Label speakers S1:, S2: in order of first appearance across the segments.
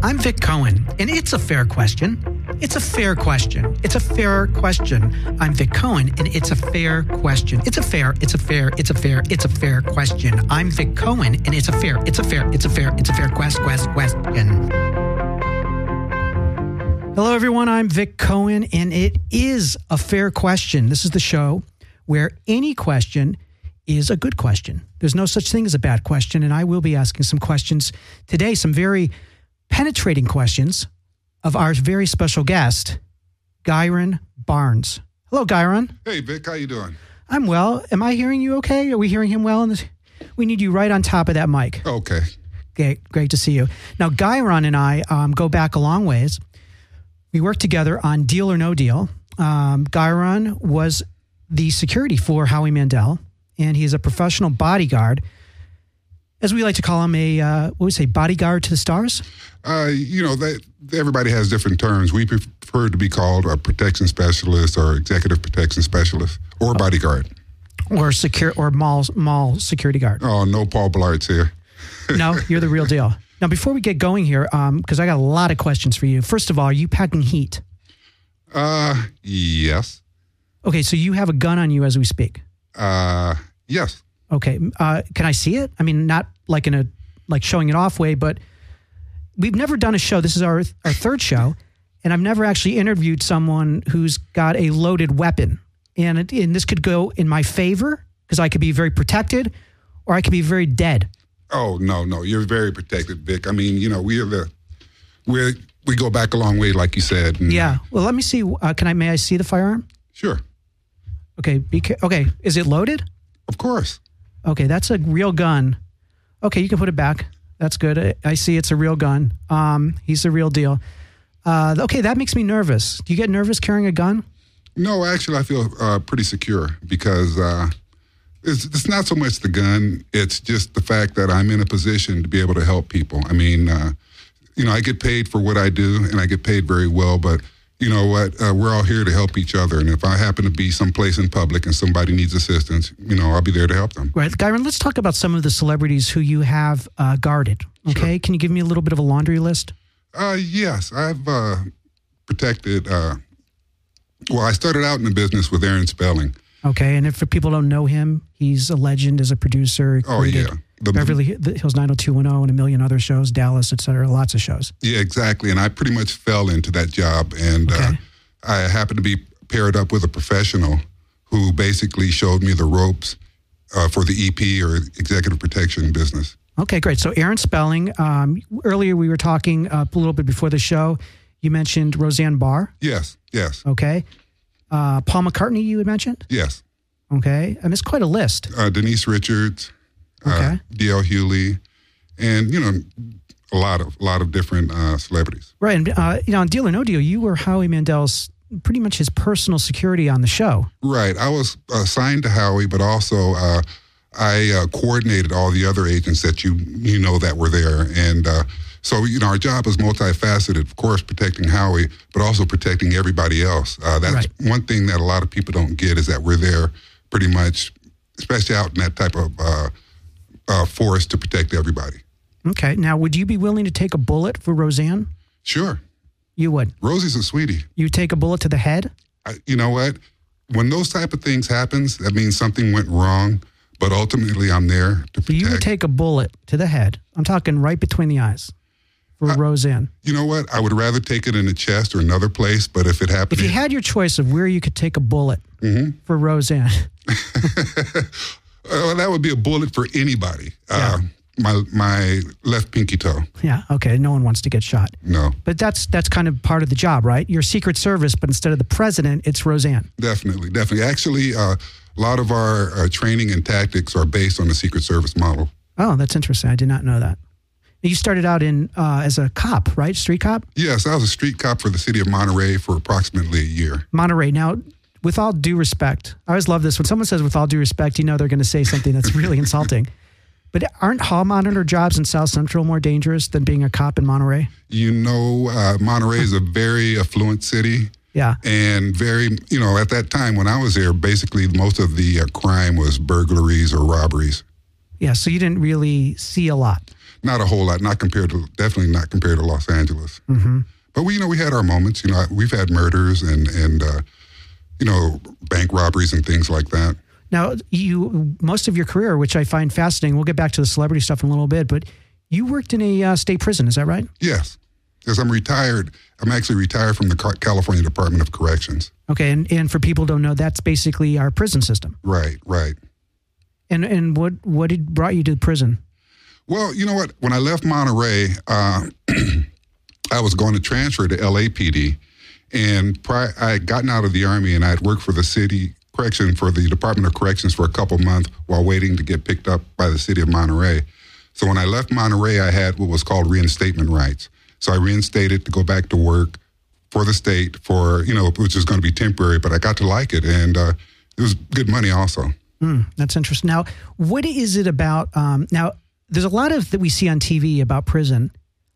S1: I'm Vic Cohen, and it's a fair question. It's a fair question. It's a fair question. I'm Vic Cohen, and it's a fair question. It's a fair, it's a fair, it's a fair, it's a fair question. I'm Vic Cohen, and it's a fair, it's a fair, it's a fair, it's a fair quest, quest, question. Hello, everyone. I'm Vic Cohen, and it is a fair question. This is the show where any question is a good question. There's no such thing as a bad question, and I will be asking some questions today, some very penetrating questions of our very special guest, Gyron Barnes. Hello, Gyron.
S2: Hey, Vic, how you doing?
S1: I'm well. Am I hearing you okay? Are we hearing him well? In this? We need you right on top of that mic.
S2: Okay.
S1: Great, great to see you. Now, Gyron and I um, go back a long ways. We worked together on Deal or No Deal. Um, Gyron was the security for Howie Mandel, and he is a professional bodyguard. As we like to call him, a uh, what do we say, bodyguard to the stars.
S2: Uh, you know that everybody has different terms. We prefer to be called a protection specialist or executive protection specialist or bodyguard.
S1: or secure or mall mall security guard.
S2: Oh, no, Paul Blart's here.
S1: No, you're the real deal. Now, before we get going here, because I got a lot of questions for you. First of all, are you packing heat?
S2: Uh, yes.
S1: Okay, so you have a gun on you as we speak.
S2: Uh, yes.
S1: Okay, uh, can I see it? I mean, not like in a like showing it off way, but we've never done a show. This is our our third show, and I've never actually interviewed someone who's got a loaded weapon. And it, and this could go in my favor because I could be very protected, or I could be very dead.
S2: Oh no, no, you're very protected, Vic. I mean, you know, we are the we we go back a long way, like you said. and-
S1: Yeah. Well, let me see. Uh, can I? May I see the firearm?
S2: Sure.
S1: Okay. Be ca- okay. Is it loaded?
S2: Of course.
S1: Okay, that's a real gun. Okay, you can put it back. That's good. I, I see it's a real gun. Um, he's the real deal. Uh, okay, that makes me nervous. Do you get nervous carrying a gun?
S2: No, actually, I feel uh, pretty secure because uh, it's, it's not so much the gun; it's just the fact that I'm in a position to be able to help people. I mean, uh, you know, I get paid for what I do, and I get paid very well. But you know what? Uh, we're all here to help each other, and if I happen to be someplace in public and somebody needs assistance, you know, I'll be there to help them.
S1: Right, Gyron. Let's talk about some of the celebrities who you have uh, guarded. Okay, can you give me a little bit of a laundry list?
S2: Uh, yes, I've uh, protected. Uh, well, I started out in the business with Aaron Spelling.
S1: Okay, and if for people don't know him, he's a legend as a producer.
S2: Oh
S1: created
S2: yeah, the,
S1: Beverly Hills 90210 and a million other shows, Dallas, et cetera, lots of shows.
S2: Yeah, exactly. And I pretty much fell into that job. And uh,
S1: Okay.
S2: I happened to be paired up with a professional who basically showed me the ropes uh, for the EP or executive protection business.
S1: Okay, great. So Aaron Spelling, um, earlier we were talking uh, a little bit before the show. You mentioned Roseanne Barr.
S2: Yes, yes,
S1: Okay. Uh, Paul McCartney, you had mentioned.
S2: yes.
S1: Okay. And it's quite a list.
S2: Uh, Denise Richards, uh,
S1: Okay.
S2: D.L. Hewley, and, you know, a lot of, a lot of different uh, celebrities.
S1: Right. And, uh, you know, on Deal or No Deal, you were Howie Mandel's pretty much his personal security on the show.
S2: Right. I was assigned to Howie, but also uh, I uh, coordinated all the other agents that you you know that were there, and uh, so you know our job is multifaceted. Of course, protecting Howie, but also protecting everybody else. Uh, that's
S1: Right.
S2: one thing that a lot of people don't get is that we're there pretty much, especially out in that type of uh, uh, forest to protect everybody.
S1: Okay. Now, would you be willing to take a bullet for Roseanne?
S2: Sure,
S1: You would.
S2: Rosie's a sweetie.
S1: You take a bullet to the head?
S2: I, you know what? When those type of things happens, that means something went wrong. But ultimately, I'm there to protect.
S1: You would take a bullet to the head. I'm talking right between the eyes for Roseanne.
S2: you know what? I would rather take it in the chest or another place, but if it happened,
S1: If you had your choice of where you could take a bullet for Roseanne,
S2: uh, that would be a bullet for anybody. Uh, my my left pinky toe.
S1: yeah, okay, no one wants to get shot.
S2: No,
S1: But that's that's kind of part of the job, right? Your Secret Service, but instead of the president, it's Roseanne.
S2: definitely, definitely. Actually, uh, a lot of our uh, training and tactics are based on the Secret Service model.
S1: Oh, that's interesting. I did not know that. You started out in uh, as a cop, right? Street cop,
S2: Yes, I was a street cop for the city of Monterey for approximately a year.
S1: Monterey. Now, with all due respect, I always love this when someone says "with all due respect," you know they're going to say something that's really insulting. But aren't hall monitor jobs in South Central more dangerous than being a cop in Monterey?
S2: You know, uh, Monterey is a very affluent city.
S1: Yeah.
S2: And very, you know, at that time when I was there, basically most of the uh, crime was burglaries or robberies.
S1: Yeah, so you didn't really see a lot.
S2: Not a whole lot. Not compared to definitely not compared to Los Angeles. Mm-hmm. But we, you know, we had our moments. You know, we've had murders and and uh, you know bank robberies and things like that.
S1: Now, you most of your career, which I find fascinating. We'll get back to the celebrity stuff in a little bit, but you worked in a uh, state prison. Is that right?
S2: Yes, because I'm retired. I'm actually retired from the Ca- California Department of Corrections.
S1: Okay, and, and for people who don't know, that's basically our prison system.
S2: Right, right.
S1: And and what what did brought you to prison?
S2: Well, you know what? When I left Monterey, uh, I was going to transfer to LAPD, and pri- I had gotten out of the army and I had worked for the city correction for the Department of Corrections for a couple months while waiting to get picked up by the city of Monterey. So when I left Monterey, I had what was called reinstatement rights. So I reinstated to go back to work for the state for you know which is going to be temporary, but I got to like it and uh, it was good money also.
S1: Hmm, that's interesting. Now, what is it about? Um, now, there's a lot of that we see on TV about prison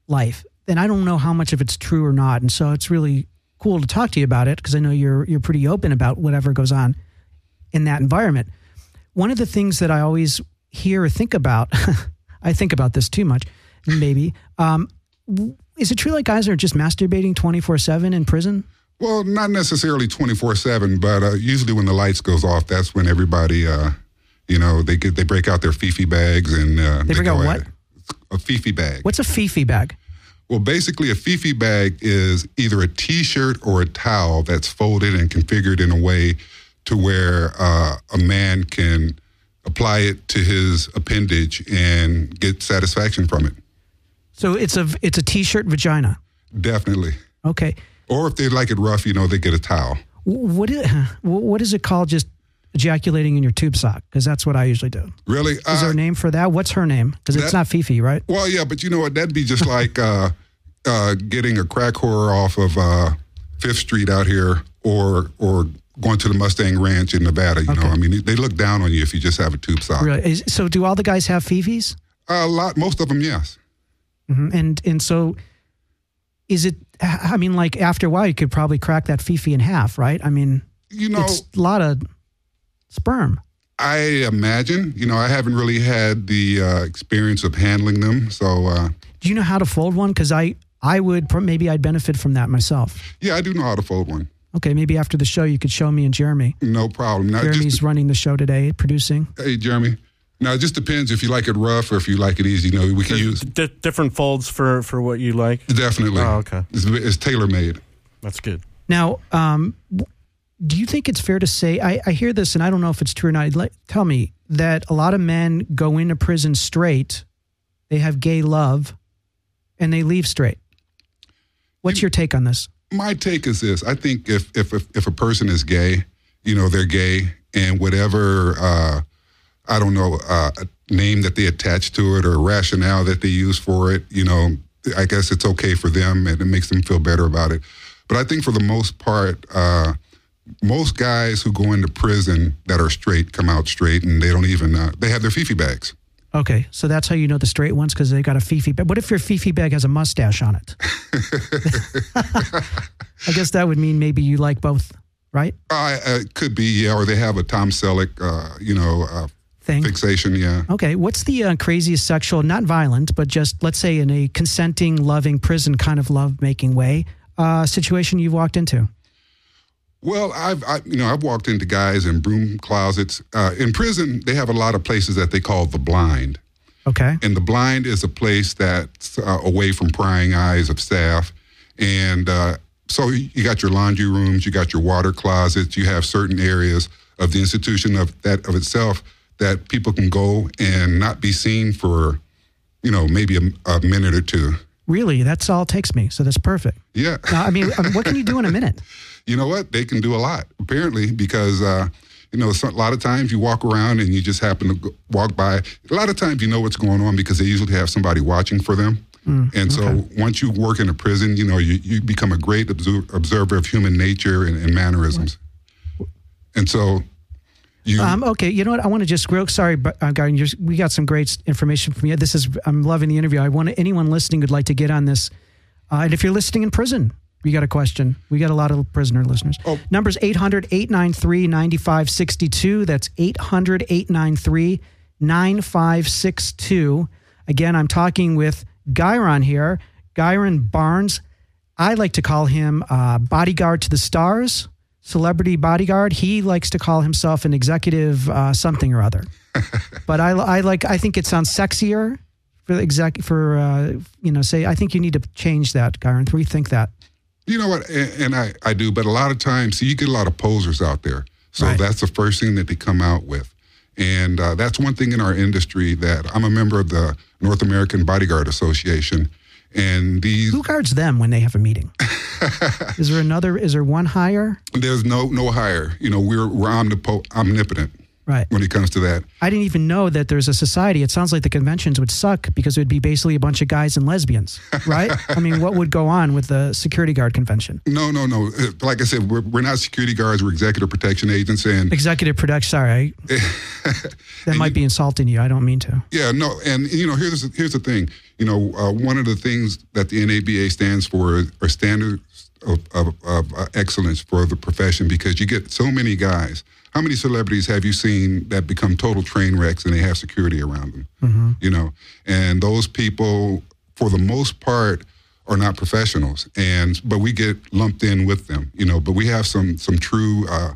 S1: life, and I don't know how much of it's true or not. And so it's really cool to talk to you about it because I know you're you're pretty open about whatever goes on in that environment. One of the things that I always hear or think about, I think about this too much, maybe. Um, w- is it true like guys are just masturbating 24 7 in prison?
S2: Well, not necessarily 24 seven, but uh, usually when the lights goes off, that's when everybody, uh, you know, they get they break out their fifi bags and uh,
S1: They break out
S2: go
S1: what?
S2: at it. A fifi bag.
S1: What's a fifi bag?
S2: Well, basically, a fifi bag is either a T-shirt or a towel that's folded and configured in a way to where uh, a man can apply it to his appendage and get satisfaction from it.
S1: So it's a it's a t-shirt vagina.
S2: Definitely.
S1: Okay.
S2: Or if they like it rough, you know, they get a towel.
S1: W- What is, what is it called? Just ejaculating in your tube sock because that's what I usually do.
S2: Really? uh,
S1: Is there a name for that? What's her name? Because it's
S2: that-
S1: not Fifi, right?
S2: Well, yeah, but you know what? That'd be just like uh, uh, getting a crack whore off of uh, Fifth Street out here, or or going to the Mustang Ranch in Nevada. You know, I mean, they look down on you if you just have a tube sock.
S1: Really? Is, so do all the guys have Fifis?
S2: A lot, most of them, yes.
S1: hmm And and so is it? I mean, like after a while, you could probably crack that Fifi in half, right? I mean,
S2: You know,
S1: it's a lot of sperm.
S2: I imagine. You know, I haven't really had the uh, experience of handling them, so uh,
S1: Do you know how to fold one? Because I I would pro- maybe I'd benefit from that myself.
S2: yeah, I do know how to fold one.
S1: Okay, maybe after the show you could show me and Jeremy.
S2: No problem. Now, it
S1: Jeremy's
S2: just
S1: running the show today, producing.
S2: hey, Jeremy. Now, it just depends if you like it rough or if you like it easy. You know, we can use
S3: D- different folds for for what you like.
S2: definitely.
S3: Oh, okay.
S2: It's, it's tailor made.
S3: That's good.
S1: Now, um, w- do you think it's fair to say? I, I hear this, and I don't know if it's true or not. Like, tell me that a lot of men go into prison straight, they have gay love, and they leave straight. What's your take on this?
S2: my take is this: I think if if if, if a person is gay, you know they're gay, and whatever uh, I don't know uh, name that they attach to it or rationale that they use for it, you know, I guess it's okay for them, and it makes them feel better about it. But I think for the most part, uh, most guys who go into prison that are straight come out straight, and they don't even uh, they have their fifi bags.
S1: Okay, so that's how you know the straight ones because they got a fifi bag. What if your fifi bag has a mustache on it? I guess that would mean maybe you like both, right?
S2: Uh, it could be yeah, or they have a Tom Selleck, uh, you know, uh,
S1: Thing.
S2: fixation. Yeah.
S1: Okay, what's the uh, craziest sexual, not violent, but just let's say in a consenting, loving prison kind of love making way uh, situation you've walked into?
S2: Well, I've I, you know I've walked into guys in broom closets. Uh, in prison, they have a lot of places that they call the blind,
S1: Okay,
S2: and the blind is a place that's uh, away from prying eyes of staff. And uh, so you got your laundry rooms, you got your water closets, you have certain areas of the institution of that of itself that people can go and not be seen for, you know, maybe a, a minute or two.
S1: really, that's all it takes me. So that's perfect.
S2: Yeah.
S1: Now, I mean, I mean, what can you do in a minute?
S2: you know what? They can do a lot, apparently, because, uh, you know, so- a lot of times you walk around and you just happen to go, walk by. A lot of times you know what's going on because they usually have somebody watching for them. and so once you work in a prison, you know, you, you become a great obser- observer of human nature and, and mannerisms. And so you,
S1: Um, okay, you know what? I want to just real sorry, but uh, Gordon, you're, we got some great information from you. This is I'm loving the interview. I want anyone listening who'd like to get on this, uh, and if you're listening in prison, you got a question. We got a lot of prisoner listeners.
S2: Oh.
S1: Numbers 800-893-9562. That's 800-893-9562. Again, I'm talking with Gyron here, Gyron Barnes. I like to call him uh, bodyguard to the stars, celebrity bodyguard. He likes to call himself an executive uh, something or other. but I, I like. I think it sounds sexier for the exec for uh, you know. Say, I think you need to change that, Gyron. Rethink that.
S2: You know what? And, and I, I do, but a lot of times, see, you get a lot of posers out there. So
S1: Right.
S2: that's the first thing that they come out with. And uh, that's one thing in our industry that I'm a member of the North American Bodyguard Association. And these,
S1: Who guards them when they have a meeting? is there another? Is there one higher?
S2: there's no no higher. You know, we're, we're omnipo- omnipotent
S1: Right.
S2: when it comes to that.
S1: I didn't even know that there's a society. It sounds like the conventions would suck because it would be basically a bunch of guys and lesbians, right? I mean, what would go on with the security guard convention?
S2: No, no, no. Uh, Like I said, we're, we're not security guards. We're executive protection agents. And
S1: Executive production. Sorry, I, that might be insulting you. I don't mean to.
S2: Yeah, no, and you know, here's here's the thing. You know, uh, one of the things that the NABA stands for are standards of, of, of uh, excellence for the profession because you get so many guys. How many celebrities have you seen that become total train wrecks and they have security around them? You know, and those people, for the most part, are not professionals, and but we get lumped in with them. You know, but we have some some true. Uh,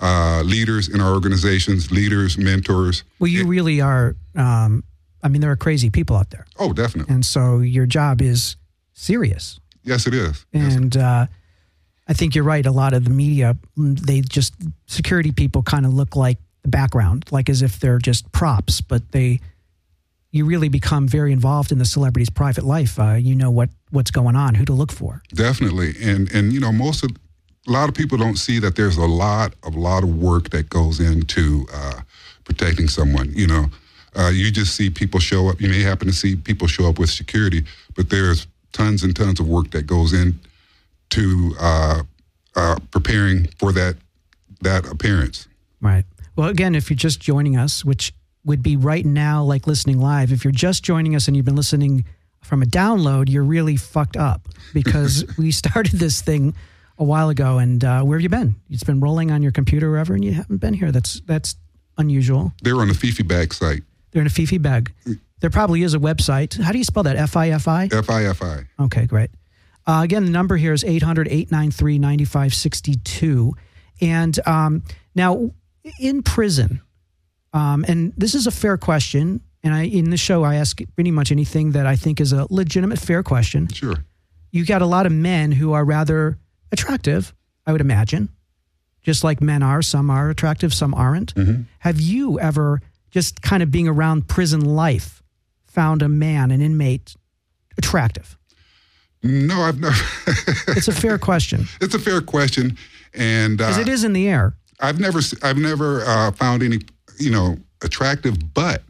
S2: uh, leaders in our organizations, leaders, mentors.
S1: Well, you really are. Um, I mean, there are crazy people out there,
S2: Oh, definitely.
S1: and so your job is serious.
S2: Yes, it is.
S1: And uh, I think you're right. A lot of the media, mm, they just security people kind of look like the background, like as if they're just props. But they, you really become very involved in the celebrity's private life. Uh, you know what what's going on, who to look for.
S2: Definitely. And and you know, most of a lot of people don't see that there's a lot of lot of work that goes into uh, protecting someone. You know, uh, you just see people show up. You may happen to see people show up with security, but there's tons and tons of work that goes in to uh, uh, preparing for that that appearance.
S1: Right. Well, again, if you're just joining us, which would be right now, like listening live, if you're just joining us and you've been listening from a download, you're really fucked up because we started this thing a while ago. And uh, where have you been? It's been rolling on your computer wherever, and you haven't been here. That's that's unusual.
S2: They're on the Fifi Bag site,
S1: They're in a Fifi bag. There probably is a website. How do you spell that? F I F I?
S2: FIFI.
S1: Okay, great. Uh, again, the number here is 800 893 9562. And um, now in prison, um, and this is a fair question. And I, in the show, I ask pretty much anything that I think is a legitimate, fair question.
S2: Sure.
S1: You got a lot of men who are rather attractive, I would imagine, just like men are. Some are attractive, some aren't. Have you ever, just kind of being around prison life, found a man, an inmate, attractive?
S2: No, I've never.
S1: It's a fair question
S2: it's a fair question, and uh,
S1: because it is in the air.
S2: I've never s- I've never uh, found any you know attractive, but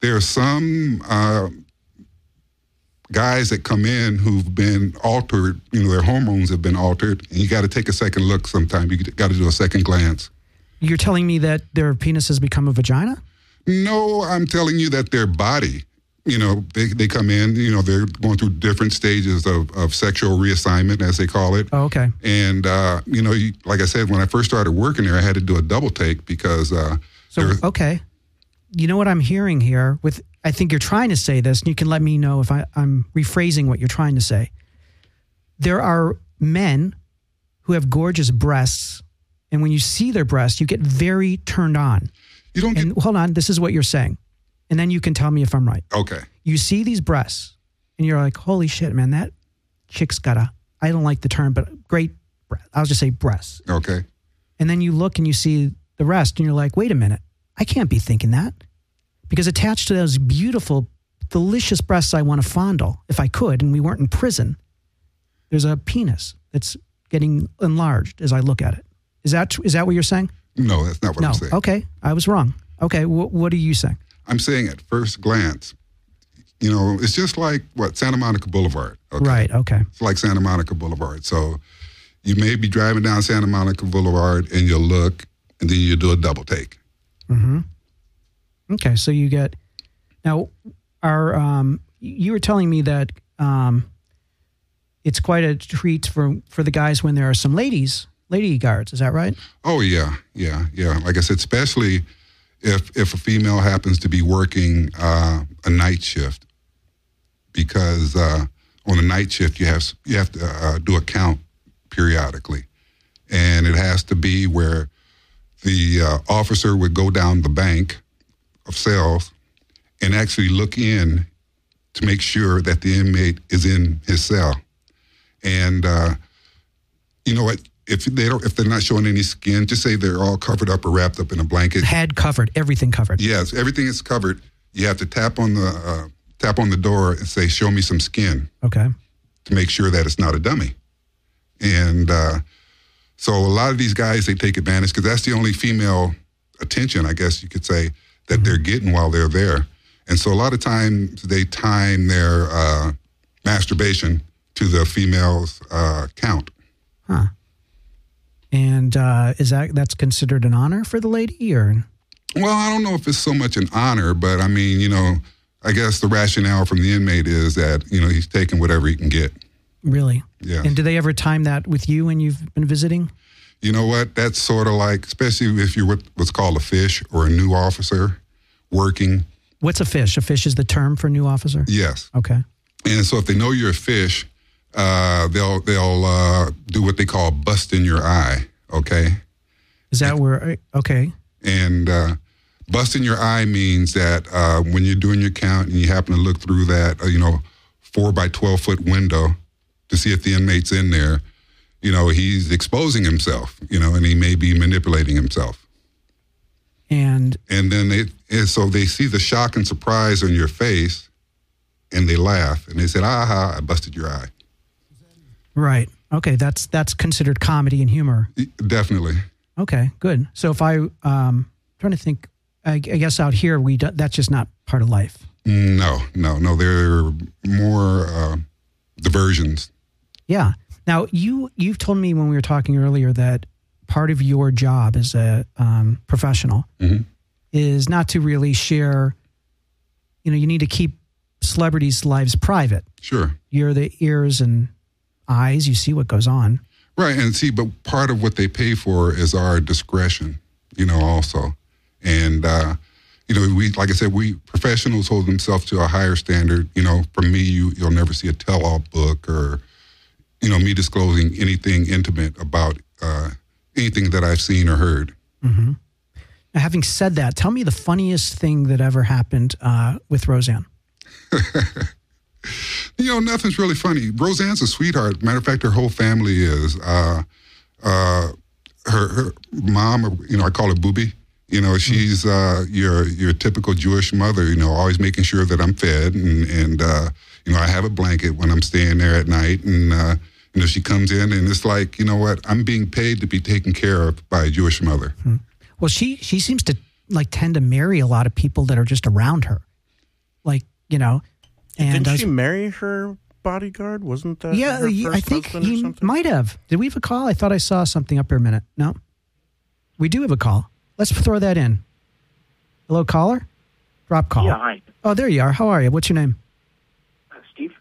S2: there are some uh, guys that come in who've been altered. You know, their hormones have been altered, and you got to take a second look. Sometime you got to do a second glance.
S1: You're telling me that their penis has become a vagina?
S2: No, I'm telling you that their body. You know, they, they come in, you know, they're going through different stages of, of sexual reassignment, as they call it.
S1: Oh, okay.
S2: And, uh, you know, you, like I said, when I first started working there, I had to do a double take because uh,
S1: So okay, you know what I'm hearing here. With I think you're trying to say this, and you can let me know if I, I'm rephrasing what you're trying to say. There are men who have gorgeous breasts, and when you see their breasts, you get very turned on.
S2: you don't
S1: And hold on, this is what you're saying, and then you can tell me if I'm right.
S2: get, okay.
S1: you see these breasts and you're like, holy shit, man, that chick's got a, I don't like the term, but great breast. I'll just say breasts.
S2: Okay.
S1: And then you look and you see the rest and you're like, wait a minute, I can't be thinking that. Because attached to those beautiful, delicious breasts I want to fondle, if I could, and we weren't in prison, there's a penis that's getting enlarged as I look at it. Is that, is that what you're saying?
S2: No, that's not what
S1: no. Oh.
S2: I'm saying.
S1: Okay. I was wrong. Okay. Wh- what are you saying?
S2: I'm saying at first glance, you know, it's just like what Santa Monica Boulevard. Okay?
S1: Right. Okay.
S2: It's like Santa Monica Boulevard. So you may be driving down Santa Monica Boulevard and you'll look and then you do a double take.
S1: Okay, so you get now. Our um, you were telling me that um, it's quite a treat for for the guys when there are some ladies, lady guards. Is that right?
S2: Oh yeah, yeah, yeah. Like I said, especially if if a female happens to be working uh, a night shift because uh, on the night shift you have s- you have to uh, do a count periodically, and it has to be where the uh, officer would go down the bank of cells and actually look in to make sure that the inmate is in his cell, and. Uh, you know what? If they don't, if they're not showing any skin, just say they're all covered up or wrapped up in a blanket.
S1: Had covered, everything covered.
S2: Yes, everything is covered. You have to tap on the uh, tap on the door and say, "Show me some skin,"
S1: Okay.
S2: to make sure that it's not a dummy. And uh, so, a lot of these guys they take advantage because that's the only female attention, I guess you could say, that they're getting while they're there. And so, a lot of times they time their uh, masturbation to the female's uh, count.
S1: Huh. And uh, is that that's considered an honor for the lady or
S2: Well, I don't know if it's so much an honor, but I mean, you know, I guess the rationale from the inmate is that, you know, he's taking whatever he can get.
S1: really?
S2: Yeah.
S1: And do they ever time that with you when you've been visiting?
S2: you know what? That's sort of like, especially if you're with what's called a fish or a new officer working.
S1: What's a fish? A fish is the term for new officer.
S2: Yes.
S1: Okay.
S2: And so if they know you're a fish, uh, they'll, they'll uh, do what they call bust in your eye. Okay.
S1: Is that where? Okay.
S2: And uh, busting your eye means that uh, when you're doing your count and you happen to look through that, uh, you know, four by 12 foot window to see if the inmate's in there, you know, he's exposing himself, you know, and he may be manipulating himself.
S1: And
S2: And then they, and so they see the shock and surprise on your face and they laugh and they said, aha, I busted your eye.
S1: right. Okay. That's that's considered comedy and humor.
S2: E- Definitely.
S1: Okay. Good. So if I um trying to think, I, I guess out here we do, that's just not part of life.
S2: No, no, no. There are more uh, diversions.
S1: Yeah. Now you you've told me when we were talking earlier that part of your job as a um, professional is not to really share. You know, you need to keep celebrities' lives private.
S2: Sure.
S1: You're the ears and eyes. You see what goes on.
S2: Right, and see, but part of what they pay for is our discretion, you know, also, and uh, you know, we like I said, we professionals hold themselves to a higher standard. You know, from me, you you'll never see a tell-all book or, you know, me disclosing anything intimate about uh, anything that I've seen or heard.
S1: Now, having said that, tell me the funniest thing that ever happened uh, with Roseanne.
S2: You know, nothing's really funny. Roseanne's a sweetheart. Matter of fact, her whole family is. Uh, uh, her, her mom, you know, I call her Booby. You know, she's uh, your your typical Jewish mother. You know, always making sure that I'm fed and and uh, you know I have a blanket when I'm staying there at night. And uh, you know, she comes in and it's like, you know what? I'm being paid to be taken care of by a Jewish mother.
S1: Well, she she seems to like tend to marry a lot of people that are just around her, like you know. And
S3: Didn't
S1: does-
S3: she marry her bodyguard? Wasn't that
S1: Yeah,
S3: her
S1: you-
S3: first
S1: I think
S3: husband or
S1: you
S3: something?
S1: might have. Did we have a call? I thought I saw something up here a minute. No, we do have a call. Let's throw that in. Hello, caller. Drop call.
S4: Yeah, hi,
S1: Oh, there you are. How are you? What's your name?
S4: uh, Steve.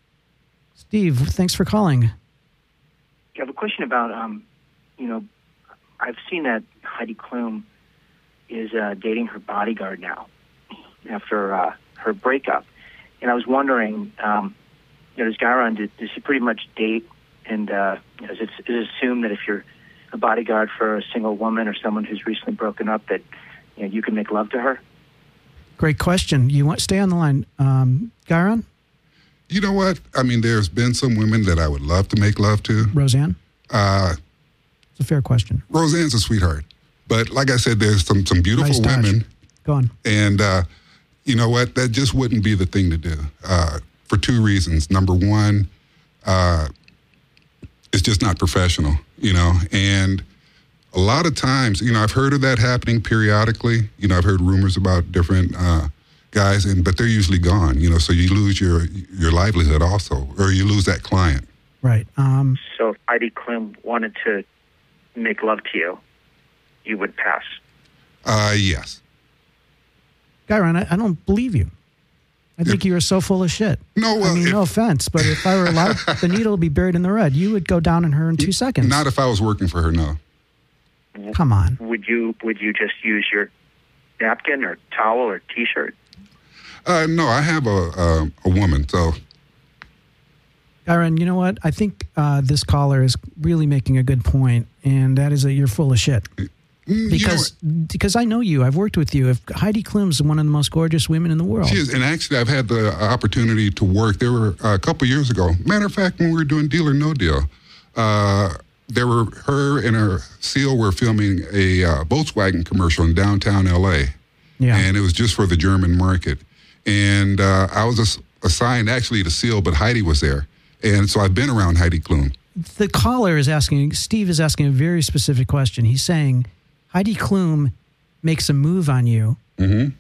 S1: Steve. Thanks for calling.
S4: I have a question about, um, you know, I've seen that Heidi Klum is uh, dating her bodyguard now after uh, her breakup, and I was wondering, um, you know, does Guyron did, does he pretty much date? And uh, is it is it assumed that if you're a bodyguard for a single woman or someone who's recently broken up, that you know you can make love to her?
S1: Great question. You want stay on the line, um, Gyron,
S2: You know what? I mean, there's been some women that I would love to make love to.
S1: Roseanne.
S2: Uh,
S1: It's a fair question.
S2: Roseanne's a sweetheart, but like I said, there's some some beautiful
S1: Nice dodge.
S2: women.
S1: Go on.
S2: And uh, you know what? That just wouldn't be the thing to do uh, for two reasons. Number one, uh, it's just not professional, you know. And a lot of times, you know, I've heard of that happening periodically. You know, I've heard rumors about different uh, guys, and but they're usually gone, you know. So you lose your your livelihood also, or you lose that client.
S1: Right. Um,
S4: So if Heidi Klum wanted to make love to you, you would pass.
S2: Uh, yes.
S1: Gyron, I, I don't believe you. I think you are so full of shit.
S2: No, well,
S1: I mean,
S2: if-
S1: no offense, but if I were allowed, the needle would be buried in the red. You would go down in her in two seconds.
S2: Not if I was working for her, no.
S1: Come on.
S4: would you would you just use your napkin or towel or t-shirt
S2: Uh, no, I have a, a a woman, so
S1: Aaron, you know what? I think uh, this caller is really making a good point, and that is that you're full of shit.
S2: Mm, you know
S1: Because because I know you, I've worked with you. If Heidi Klum's one of the most gorgeous women in the world,
S2: She is, and actually, I've had the opportunity to work. There were uh, a couple years ago. Matter of fact, when we were doing Deal or No Deal, uh, there were her and her seal were filming a uh, Volkswagen commercial in downtown L.A.
S1: yeah,
S2: and it was just for the German market. And uh, I was ass- assigned actually to seal, but Heidi was there, and so I've been around Heidi Klum.
S1: the caller is asking, Steve is asking a very specific question. He's saying Heidi Klum makes a move on you.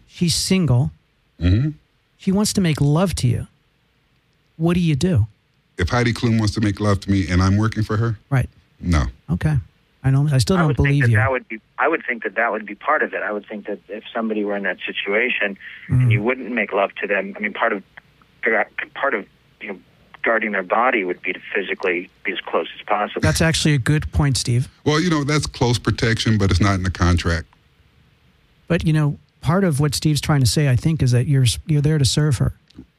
S1: She's single. She wants to make love to you. What do you do?
S2: If Heidi Klum wants to make love to me and I'm working for her,
S1: Right.
S2: no.
S1: Okay. I don't. I still
S4: I
S1: don't
S4: would think
S1: believe
S4: that
S1: you.
S4: that would be. I would think that that would be part of it. I would think that if somebody were in that situation
S1: Mm.
S4: and you wouldn't make love to them, I mean, part of part of you know, guarding their body would be to physically be as close as possible.
S1: That's actually a good point, Steve.
S2: Well, you know that's close protection, but it's not in the contract.
S1: But you know, part of what Steve's trying to say, I think, is that you're you're there to serve her.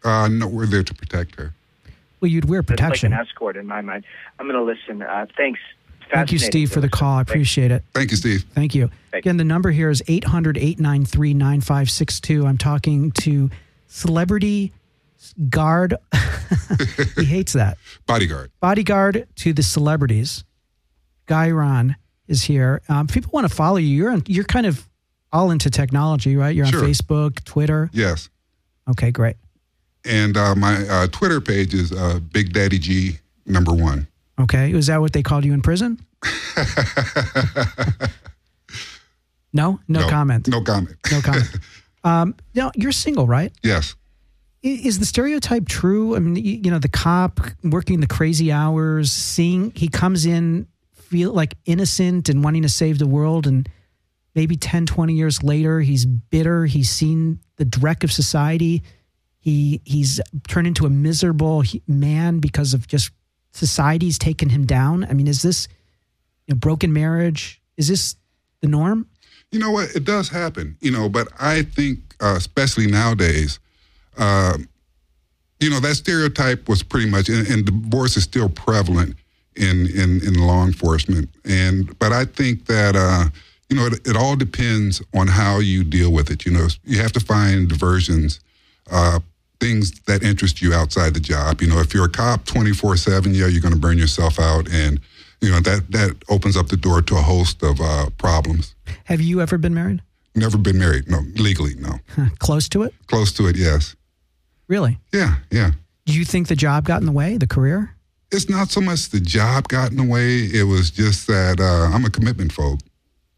S2: Uh, no, we're there to protect her.
S1: Well, you'd wear
S4: That's
S1: protection.
S4: like an escort in my mind. I'm going to listen. Uh, thanks.
S1: Thank you,
S4: Fascinating
S1: Steve, for the
S4: to listen.
S1: call. I
S4: Thank you.
S1: appreciate it.
S2: Thank you, Steve.
S1: Thank you.
S4: Thank
S1: Again, the number here is 800 893 9562. I'm talking to celebrity guard. he hates that.
S2: Bodyguard.
S1: Bodyguard to the celebrities. Guy Ron is here. Um, if people want to follow you. You're, on, you're kind of all into technology, right? You're on
S2: Sure.
S1: Facebook, Twitter.
S2: Yes.
S1: Okay, great.
S2: And uh, my uh, Twitter page is uh, Big Daddy G number one.
S1: Okay. Is that what they called you in prison? no? No, comment.
S2: No comment.
S1: No comment. um, now, you're single, right?
S2: yes.
S1: I- Is the stereotype true? I mean, y- you know, the cop working the crazy hours, seeing he comes in feel like innocent and wanting to save the world and maybe 10 20 years later he's bitter, he's seen the dreck of society. He he's turned into a miserable he- man because of just society's taken him down. I mean, is this you know, broken marriage? Is this the norm?
S2: You know what? It does happen, you know, but I think, uh, especially nowadays, uh, you know, that stereotype was pretty much, and, and divorce is still prevalent in, in, in law enforcement. And, but I think that, uh, you know, it, it all depends on how you deal with it. You know, you have to find diversions, uh, things that interest you outside the job. You know, if you're a cop 24 7, yeah, you're going to burn yourself out. And, you know, that, that opens up the door to a host of uh, problems.
S1: Have you ever been married?
S2: Never been married. No, legally, no.
S1: Close to it?
S2: Close to it, yes.
S1: Really?
S2: Yeah, yeah.
S1: Do you think the job got in the way, the career?
S2: It's not so much the job got in the way. It was just that uh, I'm a commitment phobe.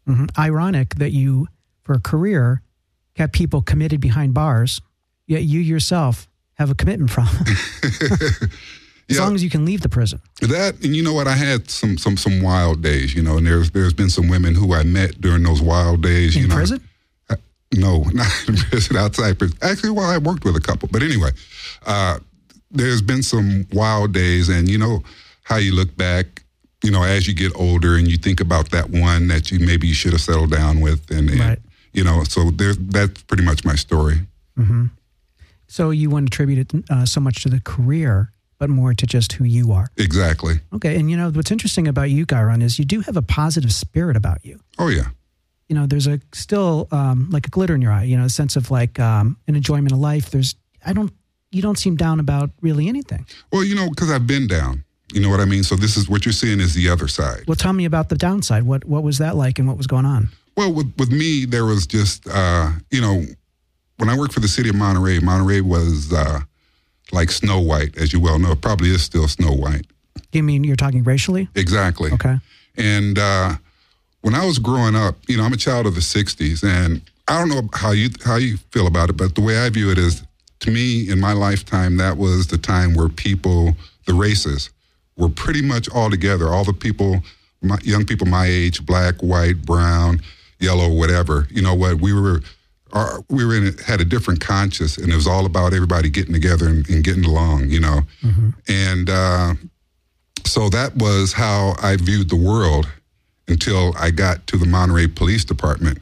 S1: hmm Ironic that you, for a career, kept people committed behind bars, yet you yourself have a commitment problem. as
S2: Yeah.
S1: long as you can leave the prison.
S2: That and you know what? I had some some some wild days. You know, and there's there's been some women who I met during those wild days.
S1: In
S2: you know,
S1: prison?
S2: No, not in prison, outside prison. Actually, well, I worked with a couple. But anyway, uh, there's been some wild days, and you know how you look back, you know, as you get older and you think about that one that you maybe you should have settled down with. And, and,
S1: Right.
S2: you know, so there's, that's pretty much my story.
S1: So you wouldn't attribute it uh, so much to the career, but more to just who you are.
S2: Exactly.
S1: Okay. And you know, what's interesting about you, Guyron, is you do have a positive spirit about you.
S2: Oh, yeah.
S1: you know, there's a still um, like a glitter in your eye, you know, a sense of like um, an enjoyment of life. There's, I don't, you don't seem down about really anything.
S2: Well, you know, because I've been down. You know what I mean? So this is what you're seeing is the other side.
S1: Well, tell me about the downside. What what was that like, and what was going on?
S2: Well, with, with me, there was just, uh, you know, when I worked for the city of Monterey, Monterey was uh, like Snow White, as you well know. It probably is still Snow White.
S1: You mean you're talking racially?
S2: Exactly.
S1: Okay.
S2: And uh, when I was growing up, you know, I'm a child of the '60s, and I don't know how you how you feel about it, but the way I view it is, to me, in my lifetime, that was the time where people, the races, were pretty much all together. All the people, my, young people my age, black, white, brown, yellow, whatever. You know what? We were. Our, we were in a, had a different conscience, and it was all about everybody getting together and, and getting along, you know. And uh, so that was how I viewed the world until I got to the Monterey Police Department.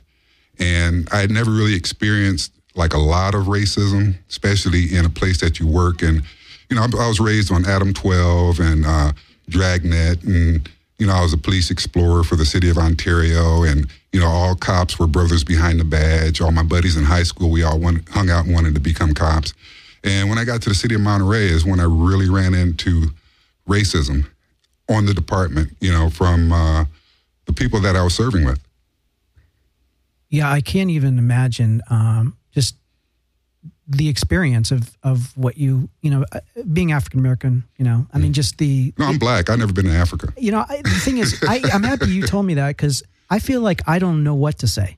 S2: And I had never really experienced like a lot of racism, especially in a place that you work and you know, I, I was raised on Adam 12 and uh, Dragnet, and, you know, I was a police explorer for the city of Ontario, and, you know, all cops were brothers behind the badge. All my buddies in high school, we all went, hung out and wanted to become cops. And when I got to the city of Monterey is when I really ran into racism on the department, you know, from uh, the people that I was serving with.
S1: Yeah, I can't even imagine um, just the experience of of what you you know uh, being African American. You know, I mean, just the
S2: No, I'm black. I've never been to Africa.
S1: you know I, the thing is, I, I'm happy you told me that because I feel like I don't know what to say.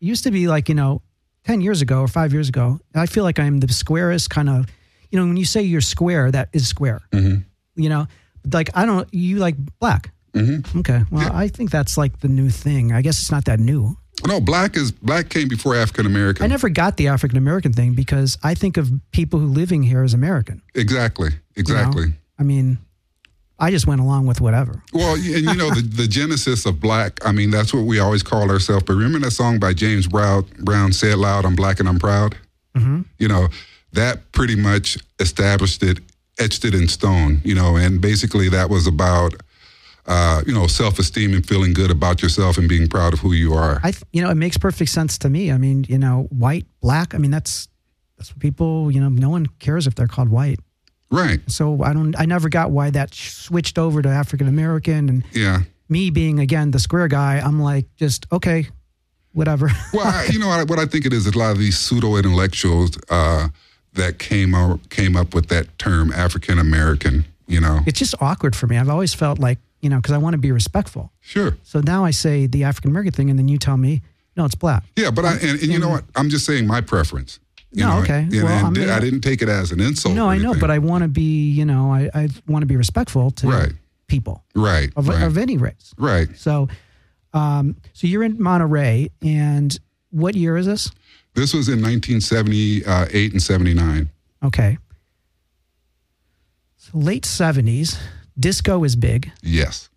S1: It used to be like you know, ten years ago or five years ago, I feel like I'm the squarest kind of. You know, when you say you're square, that is square. You know, like I don't you like black. Okay, well, I think that's like the new thing. I guess it's not that new.
S2: No, black is black came before African American.
S1: I never got the African American thing because I think of people who living here as American.
S2: Exactly.
S1: you know?
S2: Exactly.
S1: I mean, I just went along with whatever.
S2: Well, y- and you know the, the genesis of black. I mean, that's what we always call ourselves. But remember that song by James Brown? Brown "Say It Loud, I'm Black and I'm Proud."
S1: Mm-hmm.
S2: You know, that pretty much established it, etched it in stone. You know, and basically that was about, uh, you know, self-esteem and feeling good about yourself and being proud of who you are.
S1: I, th- you know, it makes perfect sense to me. I mean, you know, white, black. I mean, that's that's what people. You know, no one cares if they're called white.
S2: right?
S1: So I don't. I never got why that sh- switched over to African American and
S2: Yeah.
S1: me being again the square guy. I'm like, just okay, whatever.
S2: Well, I, you know I- what I think it is. is A lot of these pseudo intellectuals uh, that came up came up with that term African American. You know,
S1: it's just awkward for me. I've always felt like you know because I want to be respectful.
S2: sure.
S1: So now I say the African American thing, and then you tell me, no, it's black.
S2: Yeah, but I and, and you know what? I'm just saying my preference. You
S1: No,
S2: know,
S1: okay.
S2: And,
S1: Well,
S2: and
S1: I
S2: di-
S1: mean,
S2: I
S1: I-
S2: didn't take it as an insult.
S1: No,
S2: or
S1: I know,
S2: anything.
S1: but I want to be, you know, I, I want to be respectful to
S2: Right.
S1: people
S2: right,
S1: of,
S2: right,
S1: of any race.
S2: right.
S1: So, um, so you're in Monterey, and what year is this?
S2: This was in 1978 and 79.
S1: Okay, so late '70s, disco is big.
S2: Yes,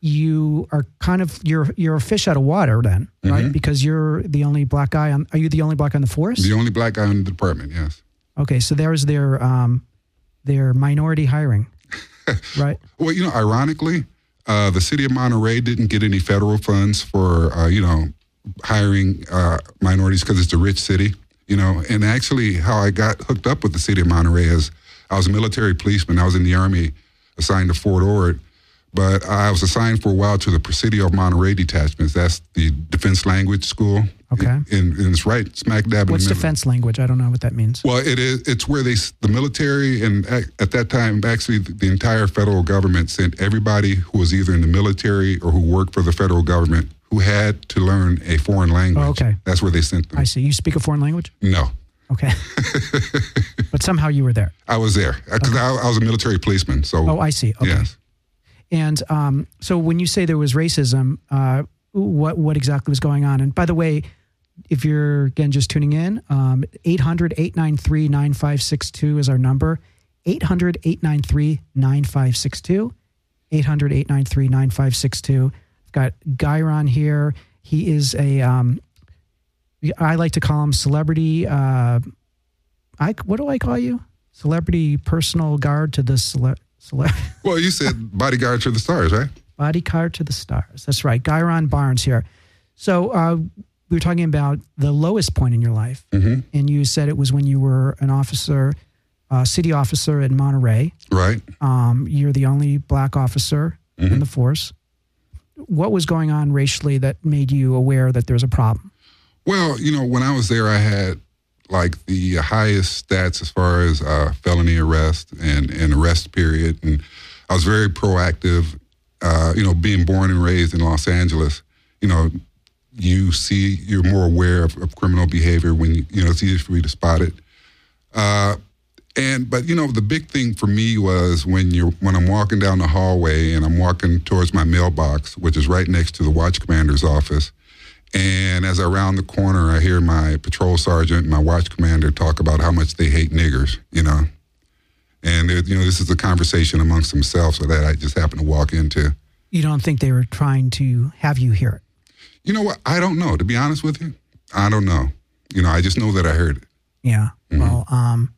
S1: You are kind of you're you're a fish out of water then, right? Because you're the only black guy on. Are you the only black guy on the force?
S2: the only black guy in the department. Yes.
S1: Okay, so there's their um, their minority hiring, right?
S2: Well, you know, ironically, uh, the city of Monterey didn't get any federal funds for uh, you know hiring uh, minorities because it's a rich city. You know, and actually, how I got hooked up with the city of Monterey is I was a military policeman. I was in the army, assigned to Fort Ord, but I was assigned for a while to the Presidio of Monterey detachments. That's the defense language school.
S1: Okay.
S2: and, and it's right smack dab in
S1: What's
S2: the middle.
S1: defense language? I don't know what that means.
S2: Well, it is. It's where they s- the military and ac- at that time, actually, the the entire federal government sent everybody who was either in the military or who worked for the federal government who had to learn a foreign language.
S1: Oh, okay.
S2: that's where they sent them.
S1: I see. You speak a foreign language?
S2: no,
S1: Okay. but somehow you were there.
S2: I was there because I, I was a military policeman. So
S1: Oh, I see. Okay.
S2: yes,
S1: And um, so when you say there was racism, uh, what what exactly was going on? And by the way, if you're again just tuning in, um, 800-893-9562 is our number. 800-893-9562. 800-893-9562. I've got Guyron here. He is a um, I like to call him celebrity uh, I what do I call you? Celebrity personal guard to the cele- celebrity
S2: well, you said bodyguard to the stars, right?
S1: Bodyguard to the Stars. That's right. Gyron Barnes here. So uh, we were talking about the lowest point in your life, and you said it was when you were an officer, uh, city officer in Monterey.
S2: Right.
S1: Um, you're the only black officer in the force. What was going on racially that made you aware that there was a problem?
S2: Well, you know, when I was there, I had like the highest stats as far as uh, felony arrest and, and arrest period. And I was very proactive, uh, you know, being born and raised in Los Angeles, you know, you see, you're more aware of, of criminal behavior when, you you know, it's easier for you to spot it. Uh, and but you know the big thing for me was when you're when I'm walking down the hallway and I'm walking towards my mailbox, which is right next to the watch commander's office. And as I round the corner, I hear my patrol sergeant and my watch commander talk about how much they hate niggers, you know. And they're- you know this is a conversation amongst themselves so that I just happen to walk into.
S1: You don't think they were trying to have you hear it?
S2: You know what? I don't know. To be honest with you, I don't know. You know, I just know that I heard it.
S1: Yeah. Well, um,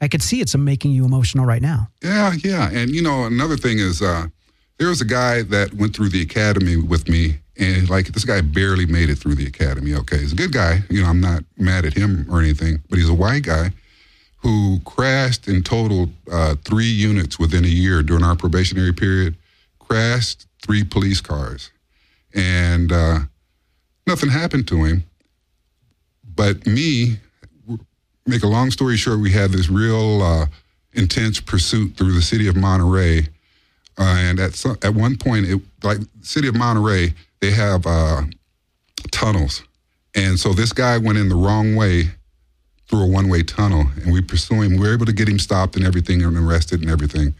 S1: I could see it's making you emotional right now.
S2: Yeah, yeah. And you know, another thing is uh there was a guy that went through the academy with me and like this guy barely made it through the academy, okay. He's a good guy, you know, I'm not mad at him or anything, but he's a white guy who crashed and totaled uh, three units within a year during our probationary period, crashed three police cars. And uh, nothing happened to him. But me, make a long story short, we had this real uh, intense pursuit through the city of Monterey. Uh, and at some, at one point, it like city of Monterey, they have uh, tunnels, and so this guy went in the wrong way through a one way tunnel, and we pursue him. We are able to get him stopped and everything, and arrested and everything.